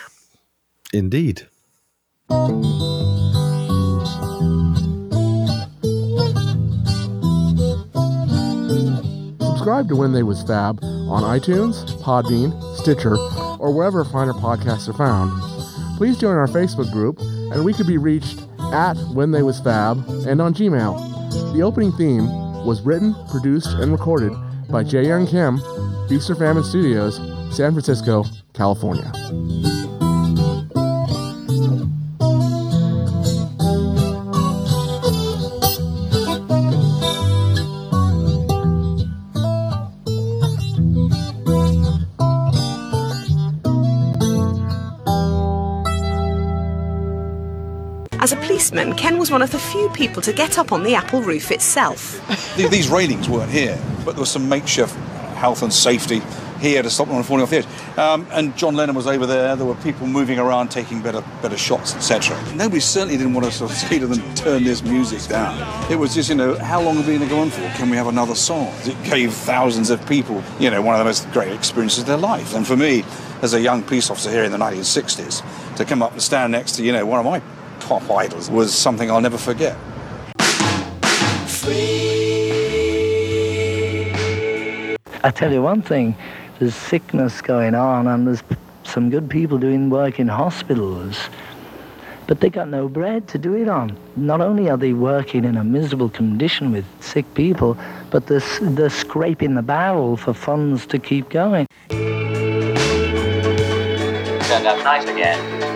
Indeed.
Subscribe to When They Was Fab on iTunes, Podbean, Stitcher, or wherever finer podcasts are found. Please join our Facebook group, and we could be reached at When They Was Fab and on Gmail. The opening theme was written, produced, and recorded by Jae Young Kim, Feast or Famine Studios, San Francisco, California.
As a policeman, Ken was one of the few people to get up on the apple roof itself.
Th- These railings weren't here, but there was some makeshift health and safety here to stop them from falling off the edge. Um, and John Lennon was over there. There were people moving around, taking better better shots, etc. Nobody certainly didn't want to sort of say to them, "Turn this music down." It was just, you know, how long have we been going for? Can we have another song? It gave thousands of people, you know, one of the most great experiences of their life. And for me, as a young police officer here in the 1960s, to come up and stand next to, you know, one of my top idols was something I'll never forget.
I tell you one thing, there's sickness going on, and there's p- some good people doing work in hospitals.
but they got no bread to do it on. Not only are they working in a miserable condition with sick people, but they're, s- they're scraping the barrel for funds to keep going.
Turned up nice again.